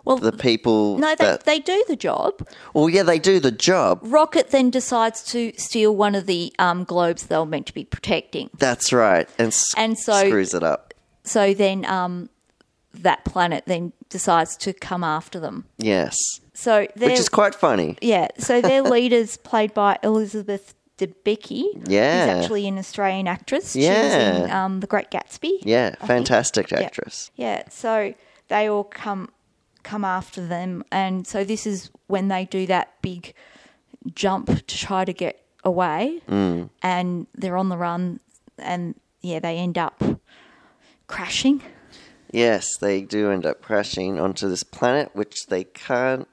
B: Well,
A: the people.
B: no, they,
A: that,
B: they do the job.
A: well, yeah, they do the job.
B: Rocket then decides to steal one of the um, globes they were meant to be protecting.
A: That's right, and, s-
B: And so-
A: screws it up.
B: So then um, that planet then decides to come after them.
A: Yes,
B: So they're,
A: which is quite funny.
B: Yeah, so their leader's played by Elizabeth Debicki.
A: Yeah.
B: Who's actually an Australian actress. She was in
A: Yeah.
B: um, The Great Gatsby.
A: Yeah,
B: I think.
A: fantastic
B: Yeah.
A: actress.
B: Yeah. so they all come come after them and so this is when they do that big jump to try to get away
A: Mm.
B: and they're on the run and yeah, they end up crashing.
A: Yes, they do end up crashing onto this planet, which they can't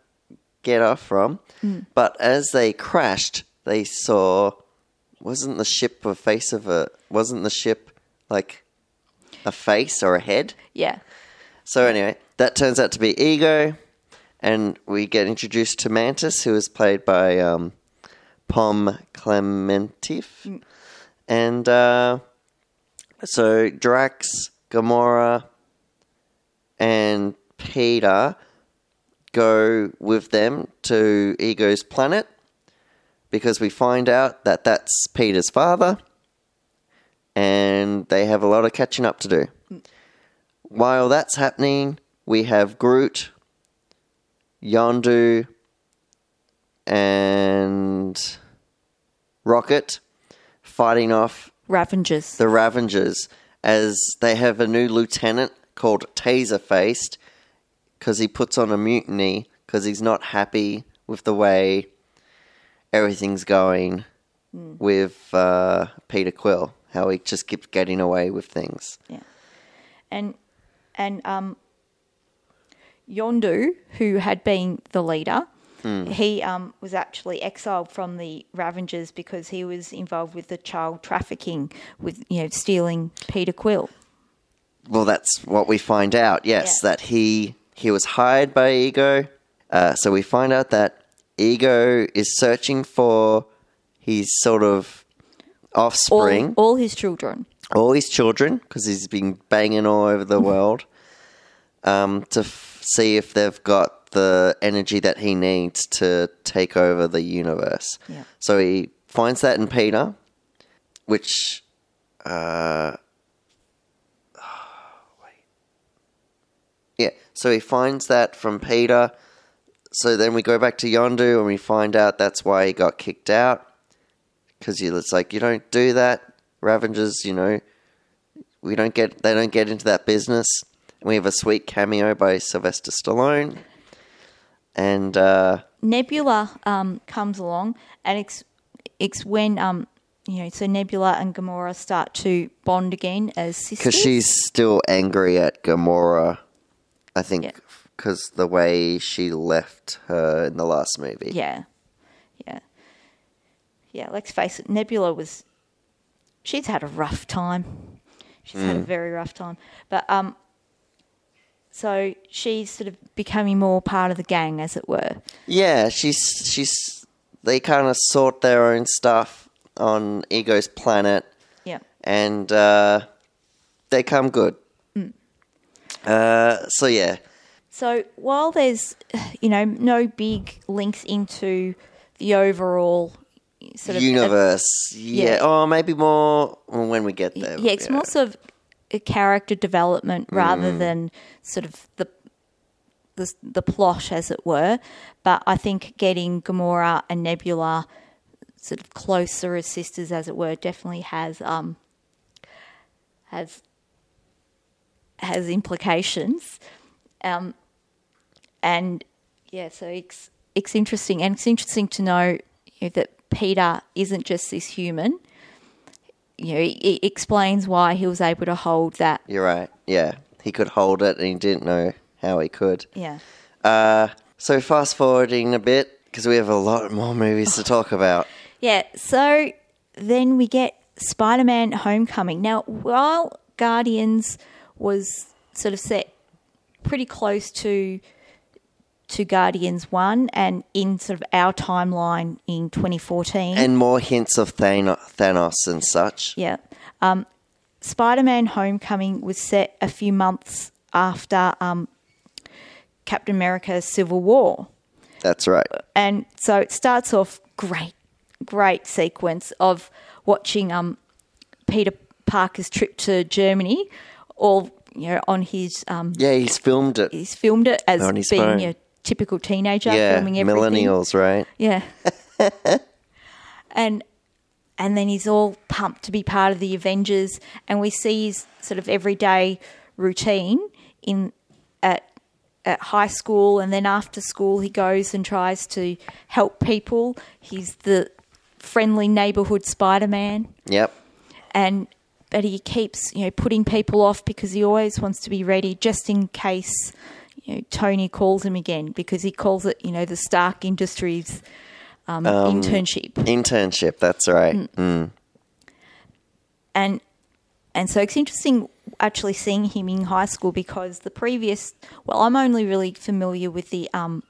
A: get off from.
B: Mm.
A: But as they crashed, they saw wasn't the ship a face of a wasn't the ship like a face or a head?
B: Yeah.
A: So anyway, that turns out to be Ego, and we get introduced to Mantis, who is played by um, Pom Clementif, and uh, so Drax, Gamora, and Peter go with them to Ego's planet because we find out that that's Peter's father, and they have a lot of catching up to do while that's happening, we have Groot, Yondu, and Rocket fighting off
B: Ravengers.
A: the Ravengers as they have a new lieutenant called Taserfaced because he puts on a mutiny because he's not happy with the way everything's going with uh, Peter Quill, how he just keeps getting away with things.
B: and and um, Yondu, who had been the leader,
A: Hmm.
B: he um, was actually exiled from the Ravengers because he was involved with the child trafficking, with you know stealing Peter Quill.
A: Well, that's what we find out. Yes,
B: Yeah.
A: that he he was hired by Ego. Uh, so we find out that Ego is searching for his sort of
B: All,
A: offspring, all,
B: all his children.
A: his children, because he's been banging all over the world, um, to f- see if they've got the energy that he needs to take over the universe.
B: Yeah.
A: So he finds that in Peter, which uh, Yeah. So he finds that from Peter. So then we go back to Yondu and we find out that's why he got kicked out. Because it's like, you don't do that. Ravengers, you know, we don't get they don't get into that business. And we have a sweet cameo by Sylvester Stallone. And uh,
B: Nebula um, comes along, and it's it's when um, you know so Nebula and Gamora start to bond again as sisters.
A: because she's still angry at Gamora, I
B: Yeah.
A: think, because the way she left her in the last movie.
B: Yeah. Yeah. Yeah, let's face it, Nebula was she's had a rough time. She's had a very rough time. But um so she's sort of becoming more part of the gang as it were.
A: Yeah, she's she's they kind of sort their own stuff on Ego's planet,
B: Yeah.
A: and uh, they come good.
B: Mm.
A: Uh, so yeah,
B: So while there's, you know, no big links into the overall sort of
A: universe. yeah.
B: yeah.
A: Oh, maybe more when we get there.
B: yeah, it's more sort of a character development rather than sort of the, the the plot, as it were. But I think getting Gamora and Nebula sort of closer as sisters, as it were, definitely has um has has implications. Um, and yeah, so it's it's interesting, and it's interesting to know, you know that Peter isn't just this human you know, it, it explains why he was able to hold that.
A: You're right. Yeah, he could hold it, and he didn't know how he could.
B: Yeah.
A: Uh, so fast forwarding a bit because we have a lot more movies to talk about.
B: Yeah. So then we get Spider Man Homecoming. Now, while Guardians was sort of set pretty close to to Guardians 1 and in sort of our timeline in 2014.
A: and more hints of Thano- Thanos and such.
B: Yeah. Um, Spider Man Homecoming was set a few months after um, Captain America's Civil War.
A: That's right.
B: and so it starts off great, great sequence of watching um, Peter Parker's trip to Germany, all you know on his um,
A: Yeah, he's filmed it.
B: he's filmed it as
A: On his
B: being
A: phone.
B: a typical teenager
A: Yeah,
B: filming everything.
A: millennials, right?
B: Yeah. and and then he's all pumped to be part of the Avengers and we see his sort of everyday routine in at at high school and then after school he goes and tries to help people. He's the friendly neighborhood Spider-Man
A: Yep.
B: and but he keeps you know putting people off because he always wants to be ready just in case you know Tony calls him again because he calls it you know the Stark Industries um, internship
A: Internship. That's right.
B: Mm. and and so it's interesting actually seeing him in high school because the previous well I'm only really familiar with the um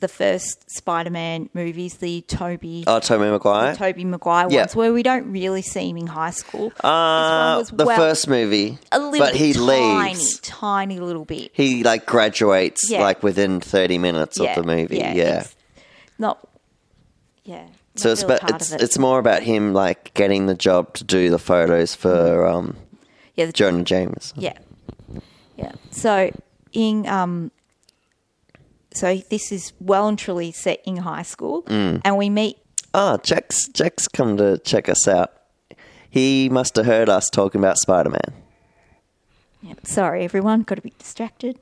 B: the first Spider-Man movies the Toby
A: Oh, Tommy Maguire.
B: Toby Maguire ones
A: Yeah.
B: where we don't really see him in high school.
A: Uh,
B: This one was
A: the
B: well-
A: first movie,
B: a little
A: but he
B: tiny,
A: leaves.
B: tiny little bit.
A: He like graduates
B: Yeah.
A: like within thirty minutes of the movie. Yeah.
B: it's Not yeah.
A: so
B: not
A: it's
B: really
A: but
B: part
A: it's
B: of it.
A: it's more about him like getting the job to do the photos for
B: Mm.
A: um,
B: yeah, the,
A: Jonah James.
B: yeah. Yeah. So in um so this is well and truly set in high school
A: Mm.
B: and we meet
A: Oh, Jack's Jack's come to check us out. He must have heard us talking about Spider Man.
B: yeah, sorry everyone, got a bit distracted.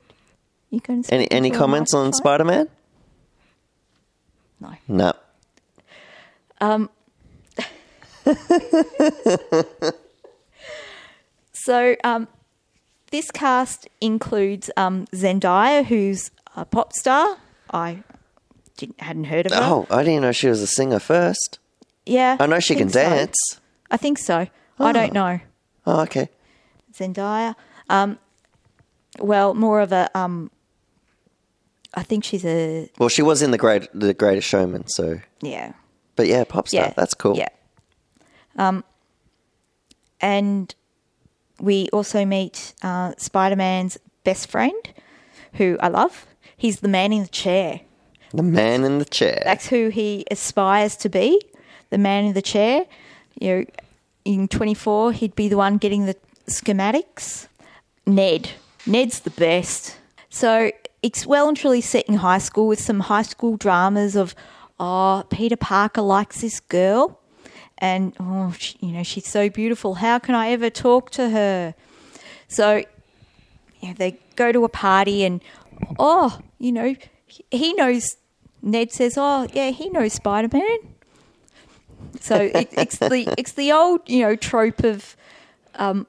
B: You going to
A: Any any comments on Spider Man?
B: No.
A: No.
B: So um this cast includes um Zendaya who's a pop star. I didn't hadn't heard of her.
A: Oh, I didn't know she was a singer first.
B: Yeah.
A: I know she can
B: think so.
A: dance.
B: I think so. I don't know.
A: Oh, okay.
B: Zendaya. Um, well, more of a. Um, I think she's a
A: Well, she was in the great the Greatest Showman, so
B: yeah
A: but yeah, pop star.
B: yeah
A: That's cool.
B: yeah. Um, and we also meet uh, Spider Man's best friend, who I love. He's the man in the chair.
A: The man in the chair.
B: That's who he aspires to be, the man in the chair. You know, in 24, he'd be the one getting the schematics. Ned. Ned's the best. So it's well and truly set in high school with some high school dramas of, oh, Peter Parker likes this girl. And, oh, she, you know, she's so beautiful. How can I ever talk to her? So you know, they go to a party and oh, you know, he- he knows. Ned says, "Oh, yeah, he knows Spider Man." So it, it's the it's the old you know trope of, um,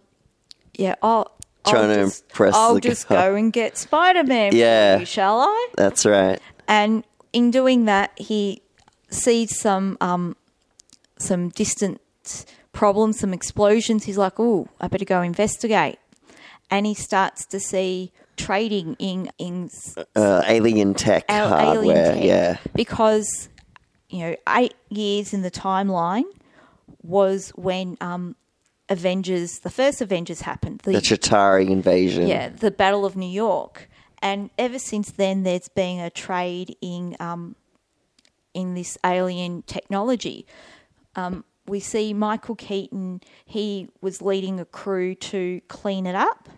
B: yeah, oh,
A: Trying
B: I'll
A: to
B: just,
A: impress
B: I'll
A: the
B: just
A: guy.
B: go and get Spider Man.
A: Yeah.
B: for you, shall I?
A: That's right.
B: And in doing that, he sees some um, some distant problems, some explosions. He's like, "Oh, I better go investigate." And he starts to see trading in in s-
A: Uh, alien tech
B: al-
A: hardware.
B: alien tech
A: Yeah.
B: because you know, eight years in the timeline was when um, Avengers, the first Avengers happened.
A: The Chitari invasion.
B: Yeah, the Battle of New York, and ever since then, there's been a trade in um, in this alien technology. Um, we see Michael Keaton; he was leading a crew to clean it up,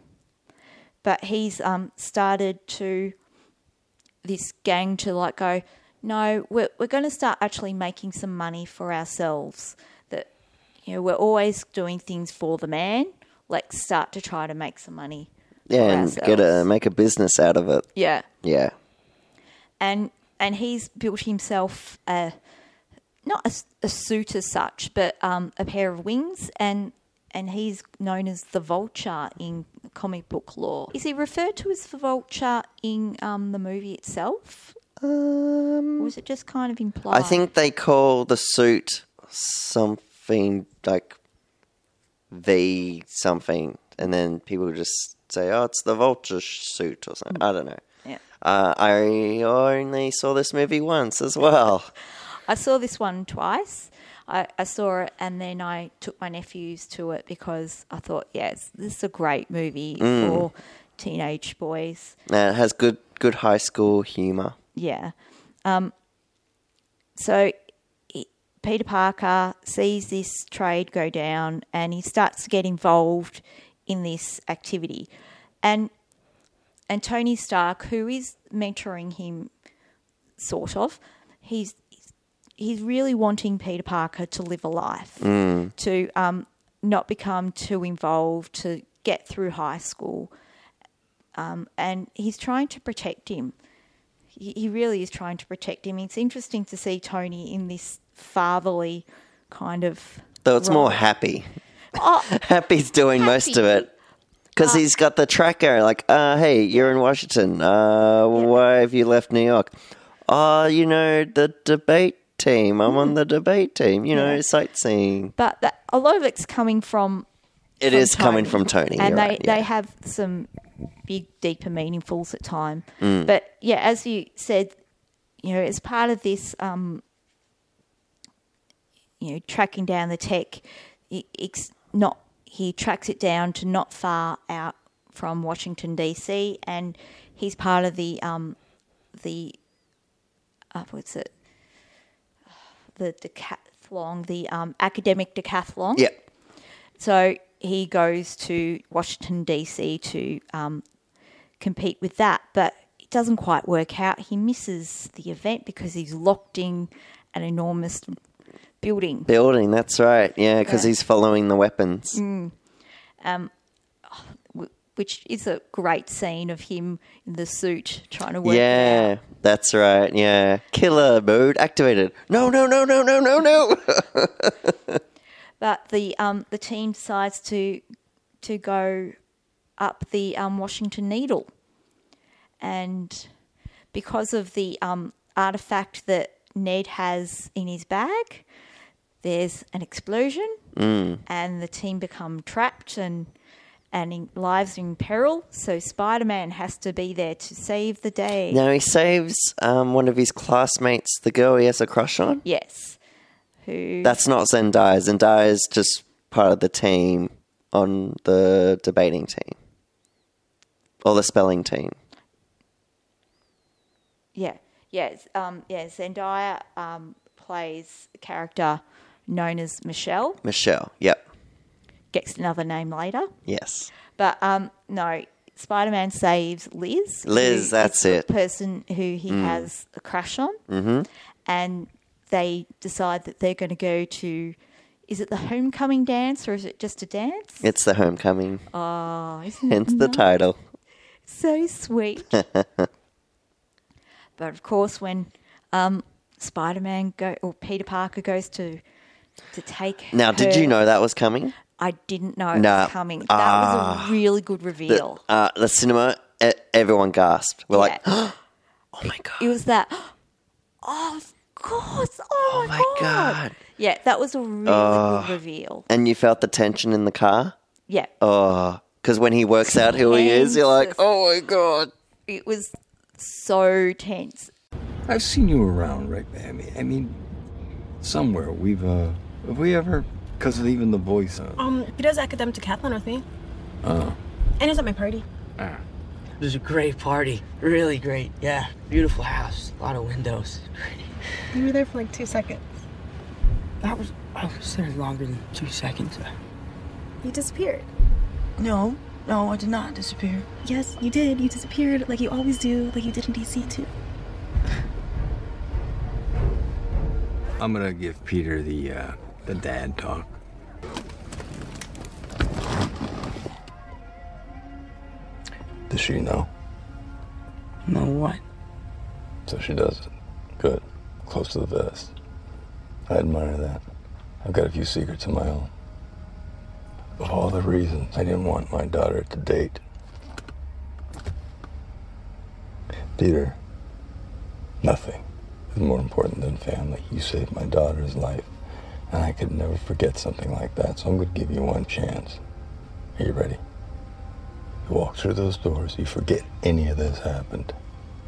B: but he's um, started to this gang to like go. No, we're we're going to start actually making some money for ourselves. That you know, we're always doing things for the man. Let's start to try to make some money.
A: Yeah,
B: for
A: and
B: ourselves.
A: get a make a business out of it.
B: yeah,
A: Yeah,
B: and and he's built himself a not a, s- a suit as such, but um, a pair of wings, and and he's known as the Vulture in comic book lore. Is he referred to as the Vulture in um, the movie itself? Um, or is it just kind of implied?
A: I think they call the suit something like the something, and then people just say, "Oh, it's the Vulture sh- suit" or something. I don't know.
B: Yeah.
A: Uh, I only saw this movie once as well.
B: I saw this one twice. I, I saw it and then I took my nephews to it because I thought, yes, this is a great movie
A: Mm.
B: for teenage boys.
A: And it Uh, has good good high school humor.
B: Yeah. Um, so he- Peter Parker sees this trade go down and he starts to get involved in this activity. And and Tony Stark, who is mentoring him sort of, he's he's really wanting Peter Parker to live a life,
A: Mm.
B: to um, not become too involved, to get through high school. Um, and he's trying to protect him he he really is trying to protect him. It's interesting to see Tony in this fatherly kind of.
A: Though it's more
B: role.
A: happy.
B: Oh,
A: Happy's doing most of
B: Happy. Uh,
A: it. Because he's got the tracker, like, uh, hey, you're in Washington. Uh, why have you left New York? Oh, you know, the debate team. I'm
B: Mm.
A: on the debate team, you know, sightseeing.
B: but that, a lot of it's coming from.
A: It
B: from
A: is coming
B: Tony.
A: from Tony.
B: and
A: you're
B: they
A: right,
B: they
A: yeah.
B: have some big, deeper meaningfuls at time.
A: Mm.
B: But yeah, as you said, you know, as part of this, um, you know, tracking down the tech, it, it's not he tracks it down to not far out from Washington DC, and he's part of the um, the uh, what's it the decathlon, the um, academic decathlon.
A: Yeah.
B: So he goes to Washington DC to um, compete with that, but it doesn't quite work out. He misses the event because he's locked in an enormous building.
A: Building, that's right. Yeah, because he's following the weapons.
B: Mm, wh- Which is a great scene of him in the suit trying to work. it out.
A: Yeah, that's right. Yeah. Killer mode activated. No, no, no, no, no, no, no.
B: But the um, the team decides to to go up the um, Washington Needle, and because of the um, artifact that Ned has in his bag, there's an explosion, and the team become trapped and and in, lives in peril. So Spider Man has to be there to save the day.
A: now he saves um, one of his classmates, the girl he has a crush on.
B: Yes, who
A: That's not Zendaya. Zendaya's just part of the team on the debating team or the spelling team.
B: Yeah, yeah, it's, um, yeah. Zendaya um, plays a character known as Michelle.
A: Michelle. Yep.
B: Gets another name later,
A: Yes.
B: but um, no. Spider-Man saves Liz.
A: Liz,
B: who
A: that's
B: is the
A: it. Mm.
B: Person who he has a crush on, mm-hmm. and they decide that they're going to go to. Is it the homecoming dance or is it just a dance?
A: It's the homecoming,
B: Oh, isn't it
A: hence the title.
B: so sweet. but of course, when um, Spider Man go or Peter Parker goes to to take
A: Now, did
B: her-
A: you know that was coming?
B: I didn't know it
A: Nah. Ah.
B: was coming. That was a really good
A: The,
B: reveal.
A: uh, the cinema, e- everyone gasped. We're like,
B: Yeah.
A: oh my God.
B: it was that. Oh, of course! Oh, my,
A: my
B: god.
A: God.
B: Yeah, that was a really good reveal.
A: and you felt the tension in the car?
B: Yeah,
A: Oh, because when he works out who he is, you're like,
B: Tense.
A: oh my God.
B: it was so tense.
D: I've seen you around, Rick. I mean, I mean,
F: Somewhere we've, uh, have we ever, because of even the voice, uh,
I: Um, he does academic decathlon with me,
C: Uh-huh.
F: uh,
I: and he's at my party.
C: Ah.
J: It was a great party. Really great. Yeah. Beautiful house. A lot of windows. Pretty.
I: You were there for like two seconds.
J: That was I was there longer than two seconds.
I: You disappeared.
J: No, no, I did not disappear.
I: Yes, you did. You disappeared like you always do, like you did in DC too.
K: I'm gonna give Peter the uh, the dad talk. Does she know?
J: Know what?
K: So she does it. Good. Close to the vest. I admire that. I've got a few secrets of my own. Of all the reasons I didn't want my daughter to date. Peter, nothing is more important than family. You saved my daughter's life, and I could never forget something like that, so I'm going to give you one chance. Are you ready? You walk through those doors, you forget any of this happened,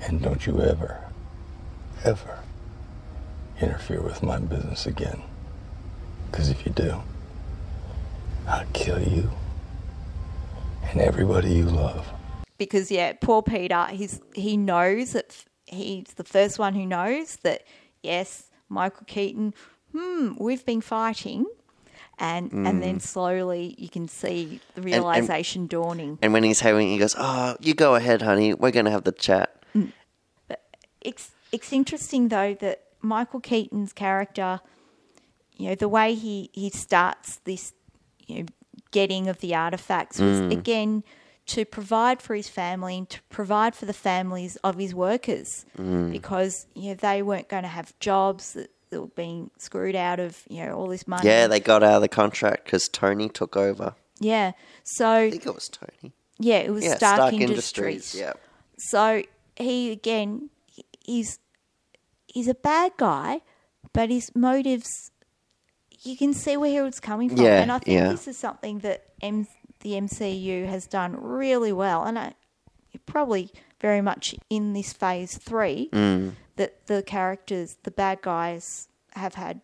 K: and don't you ever, ever interfere with my business again. Because if you do, I'll kill you and everybody you love.
B: because yeah, poor Peter, he's he knows that f- he's the first one who knows that yes, Michael Keaton, hmm, we've been fighting, and and then
A: Mm.
B: slowly you can see the
A: and-
B: realization dawning.
A: And when he's having, he goes, "Oh, you go ahead, honey. We're gonna have the chat."
B: It's it's interesting though that Michael Keaton's character, you know, the way he he starts this, you know, getting of the artifacts was
L: Mm.
B: again to provide for his family and to provide for the families of his workers.
A: Mm.
B: because you know they weren't going to have jobs that, that were being screwed out of you know all this money.
A: Yeah, they got out of the contract because Tony took over.
B: yeah. So I
A: think it was Tony.
B: Yeah, it was
A: Yeah,
B: Stark,
A: Stark Industries,
B: Industries.
A: yeah.
B: So he again, he- he's he's a bad guy, but his motives, you can see where he was coming from,
A: Yeah,
B: and I think
A: yeah.
B: this is something that M- the MCU has done really well, and I probably very much in this phase three.
H: Mm.
B: that the characters, the bad guys, have had,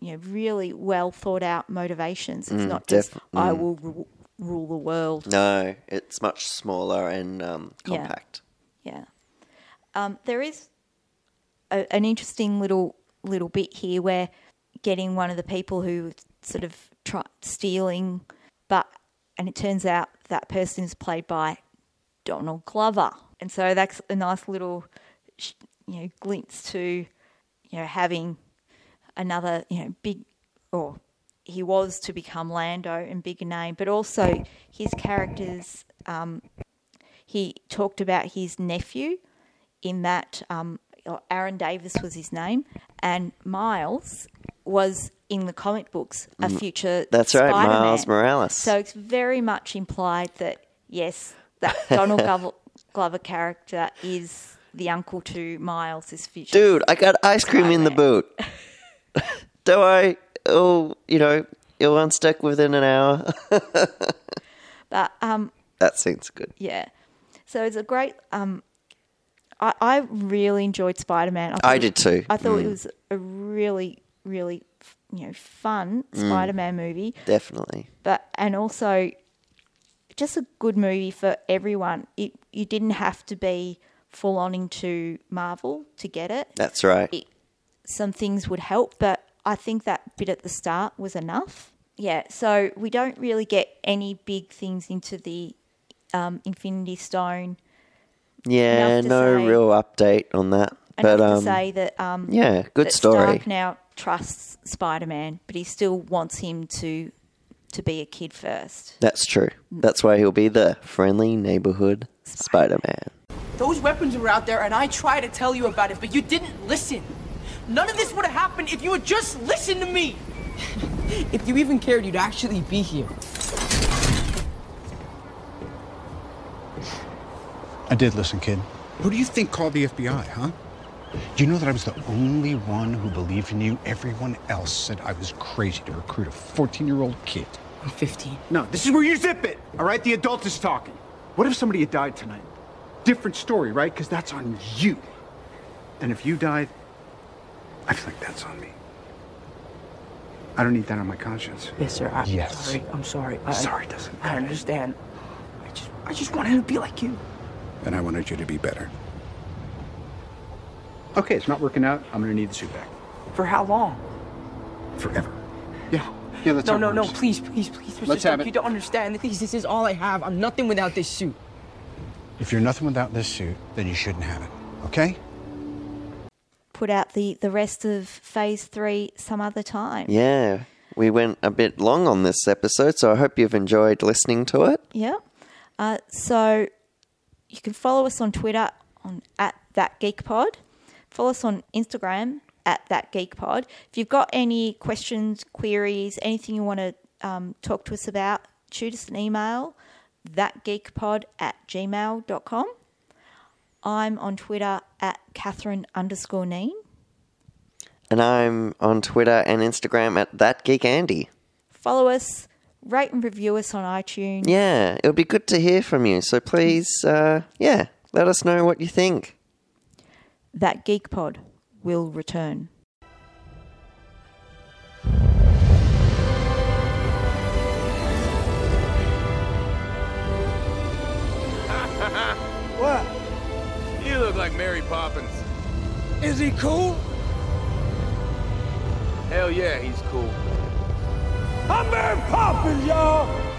B: you know, really well thought out motivations. It's
A: Mm,
B: not just
A: def-
B: I
A: mm.
B: will ru- rule the world.
A: No, it's much smaller and um,
B: Yeah.
A: compact.
B: Yeah, um, there is a, an interesting little little bit here where getting one of the people who sort of try, stealing, but and it turns out that person is played by Donald Glover, and so that's a nice little sh- you know glimpse to you know having another you know big or he was to become Lando and bigger name, but also his characters. Um, he talked about his nephew in that um, Aaron Davis was his name, and Miles was in the comic books a
A: Mm.
B: future.
A: That's right,
B: Spider-Man.
A: Miles Morales.
B: So it's very much implied that yes, that Donald Glover, Glover character is the uncle to Miles' this future.
A: Dude, I got ice cream in the boot. Do I? Oh, you know, you'll unstuck within an hour.
B: But um,
A: that seems good.
B: yeah, so it's a great. Um, I, I really enjoyed Spider Man.
A: I did too.
B: I thought it
A: Mm.
B: was a really, really, you know, fun
A: Mm.
B: Spider Man movie.
A: Definitely.
B: but and also just a good movie for everyone. It you didn't have to be full on into Marvel to get it.
A: That's right.
B: It, some things would help, but I think that bit at the start was enough. Yeah, so we don't really get any big things into the um, Infinity Stone.
A: Yeah,
B: Enough to
A: no
B: say-
A: real update on that.
B: Enough
A: but um,
B: to say that um,
A: yeah, good
B: that
A: story.
B: Stark now trusts Spider Man, but he still wants him to to be a kid first.
A: That's true. That's why he'll be the friendly neighborhood Spider-Man.
M: Those weapons were out there, and I tried to tell you about it, but you didn't listen. None of this would have happened if you had just listened to me. if you even cared, you'd actually be here.
C: I did listen, kid. Who do you think called the FBI, huh? You know that I was the only one who believed in you. Everyone else said I was crazy to recruit a 14 year old kid. I'm 15.
N: No, this is where you zip it, all right? The adult is talking. What if somebody had died tonight? Different story, right? Because that's on you. And if you died, I feel like that's on me.
C: I don't need that on my conscience.
E: Yes, sir. I'm
C: yes.
E: sorry. I'm sorry. I,
C: Sorry doesn't
E: I understand. I just, I just wanted to be like you.
C: And I wanted you to be better. Okay, it's not working out. I'm gonna need the suit back.
E: For how long?
C: Forever. Yeah. Yeah, that's
E: No,
C: how it
E: no, no.
C: works.
E: Please, please, please, Mr.
C: Let's have
E: Stark,
C: it.
E: You don't understand. Please, this is all I have. I'm nothing without this suit.
C: If you're nothing without this suit, then you shouldn't have it. Okay?
B: Put out the, the rest of phase three some other time.
A: Yeah, we went a bit long on this episode, so I hope you've enjoyed listening to it.
B: Yeah. Uh, so you can follow us on Twitter on at that geek pod. Follow us on Instagram at that geek pod. If you've got any questions, queries, anything you want to um, talk to us about, shoot us an email thatgeekpod at gmail.com. I'm on Twitter at Catherine underscore Neen.
A: And I'm on Twitter and Instagram at that geek Andy.
B: Follow us, rate and review us on iTunes.
A: Yeah, it would be good to hear from you. So please, uh, yeah, let us know what you think.
B: That Geek Pod will return.
K: What? You look like Mary Poppins.
O: Is he cool?
K: Hell yeah, he's cool.
O: I'm Mary Poppins, y'all!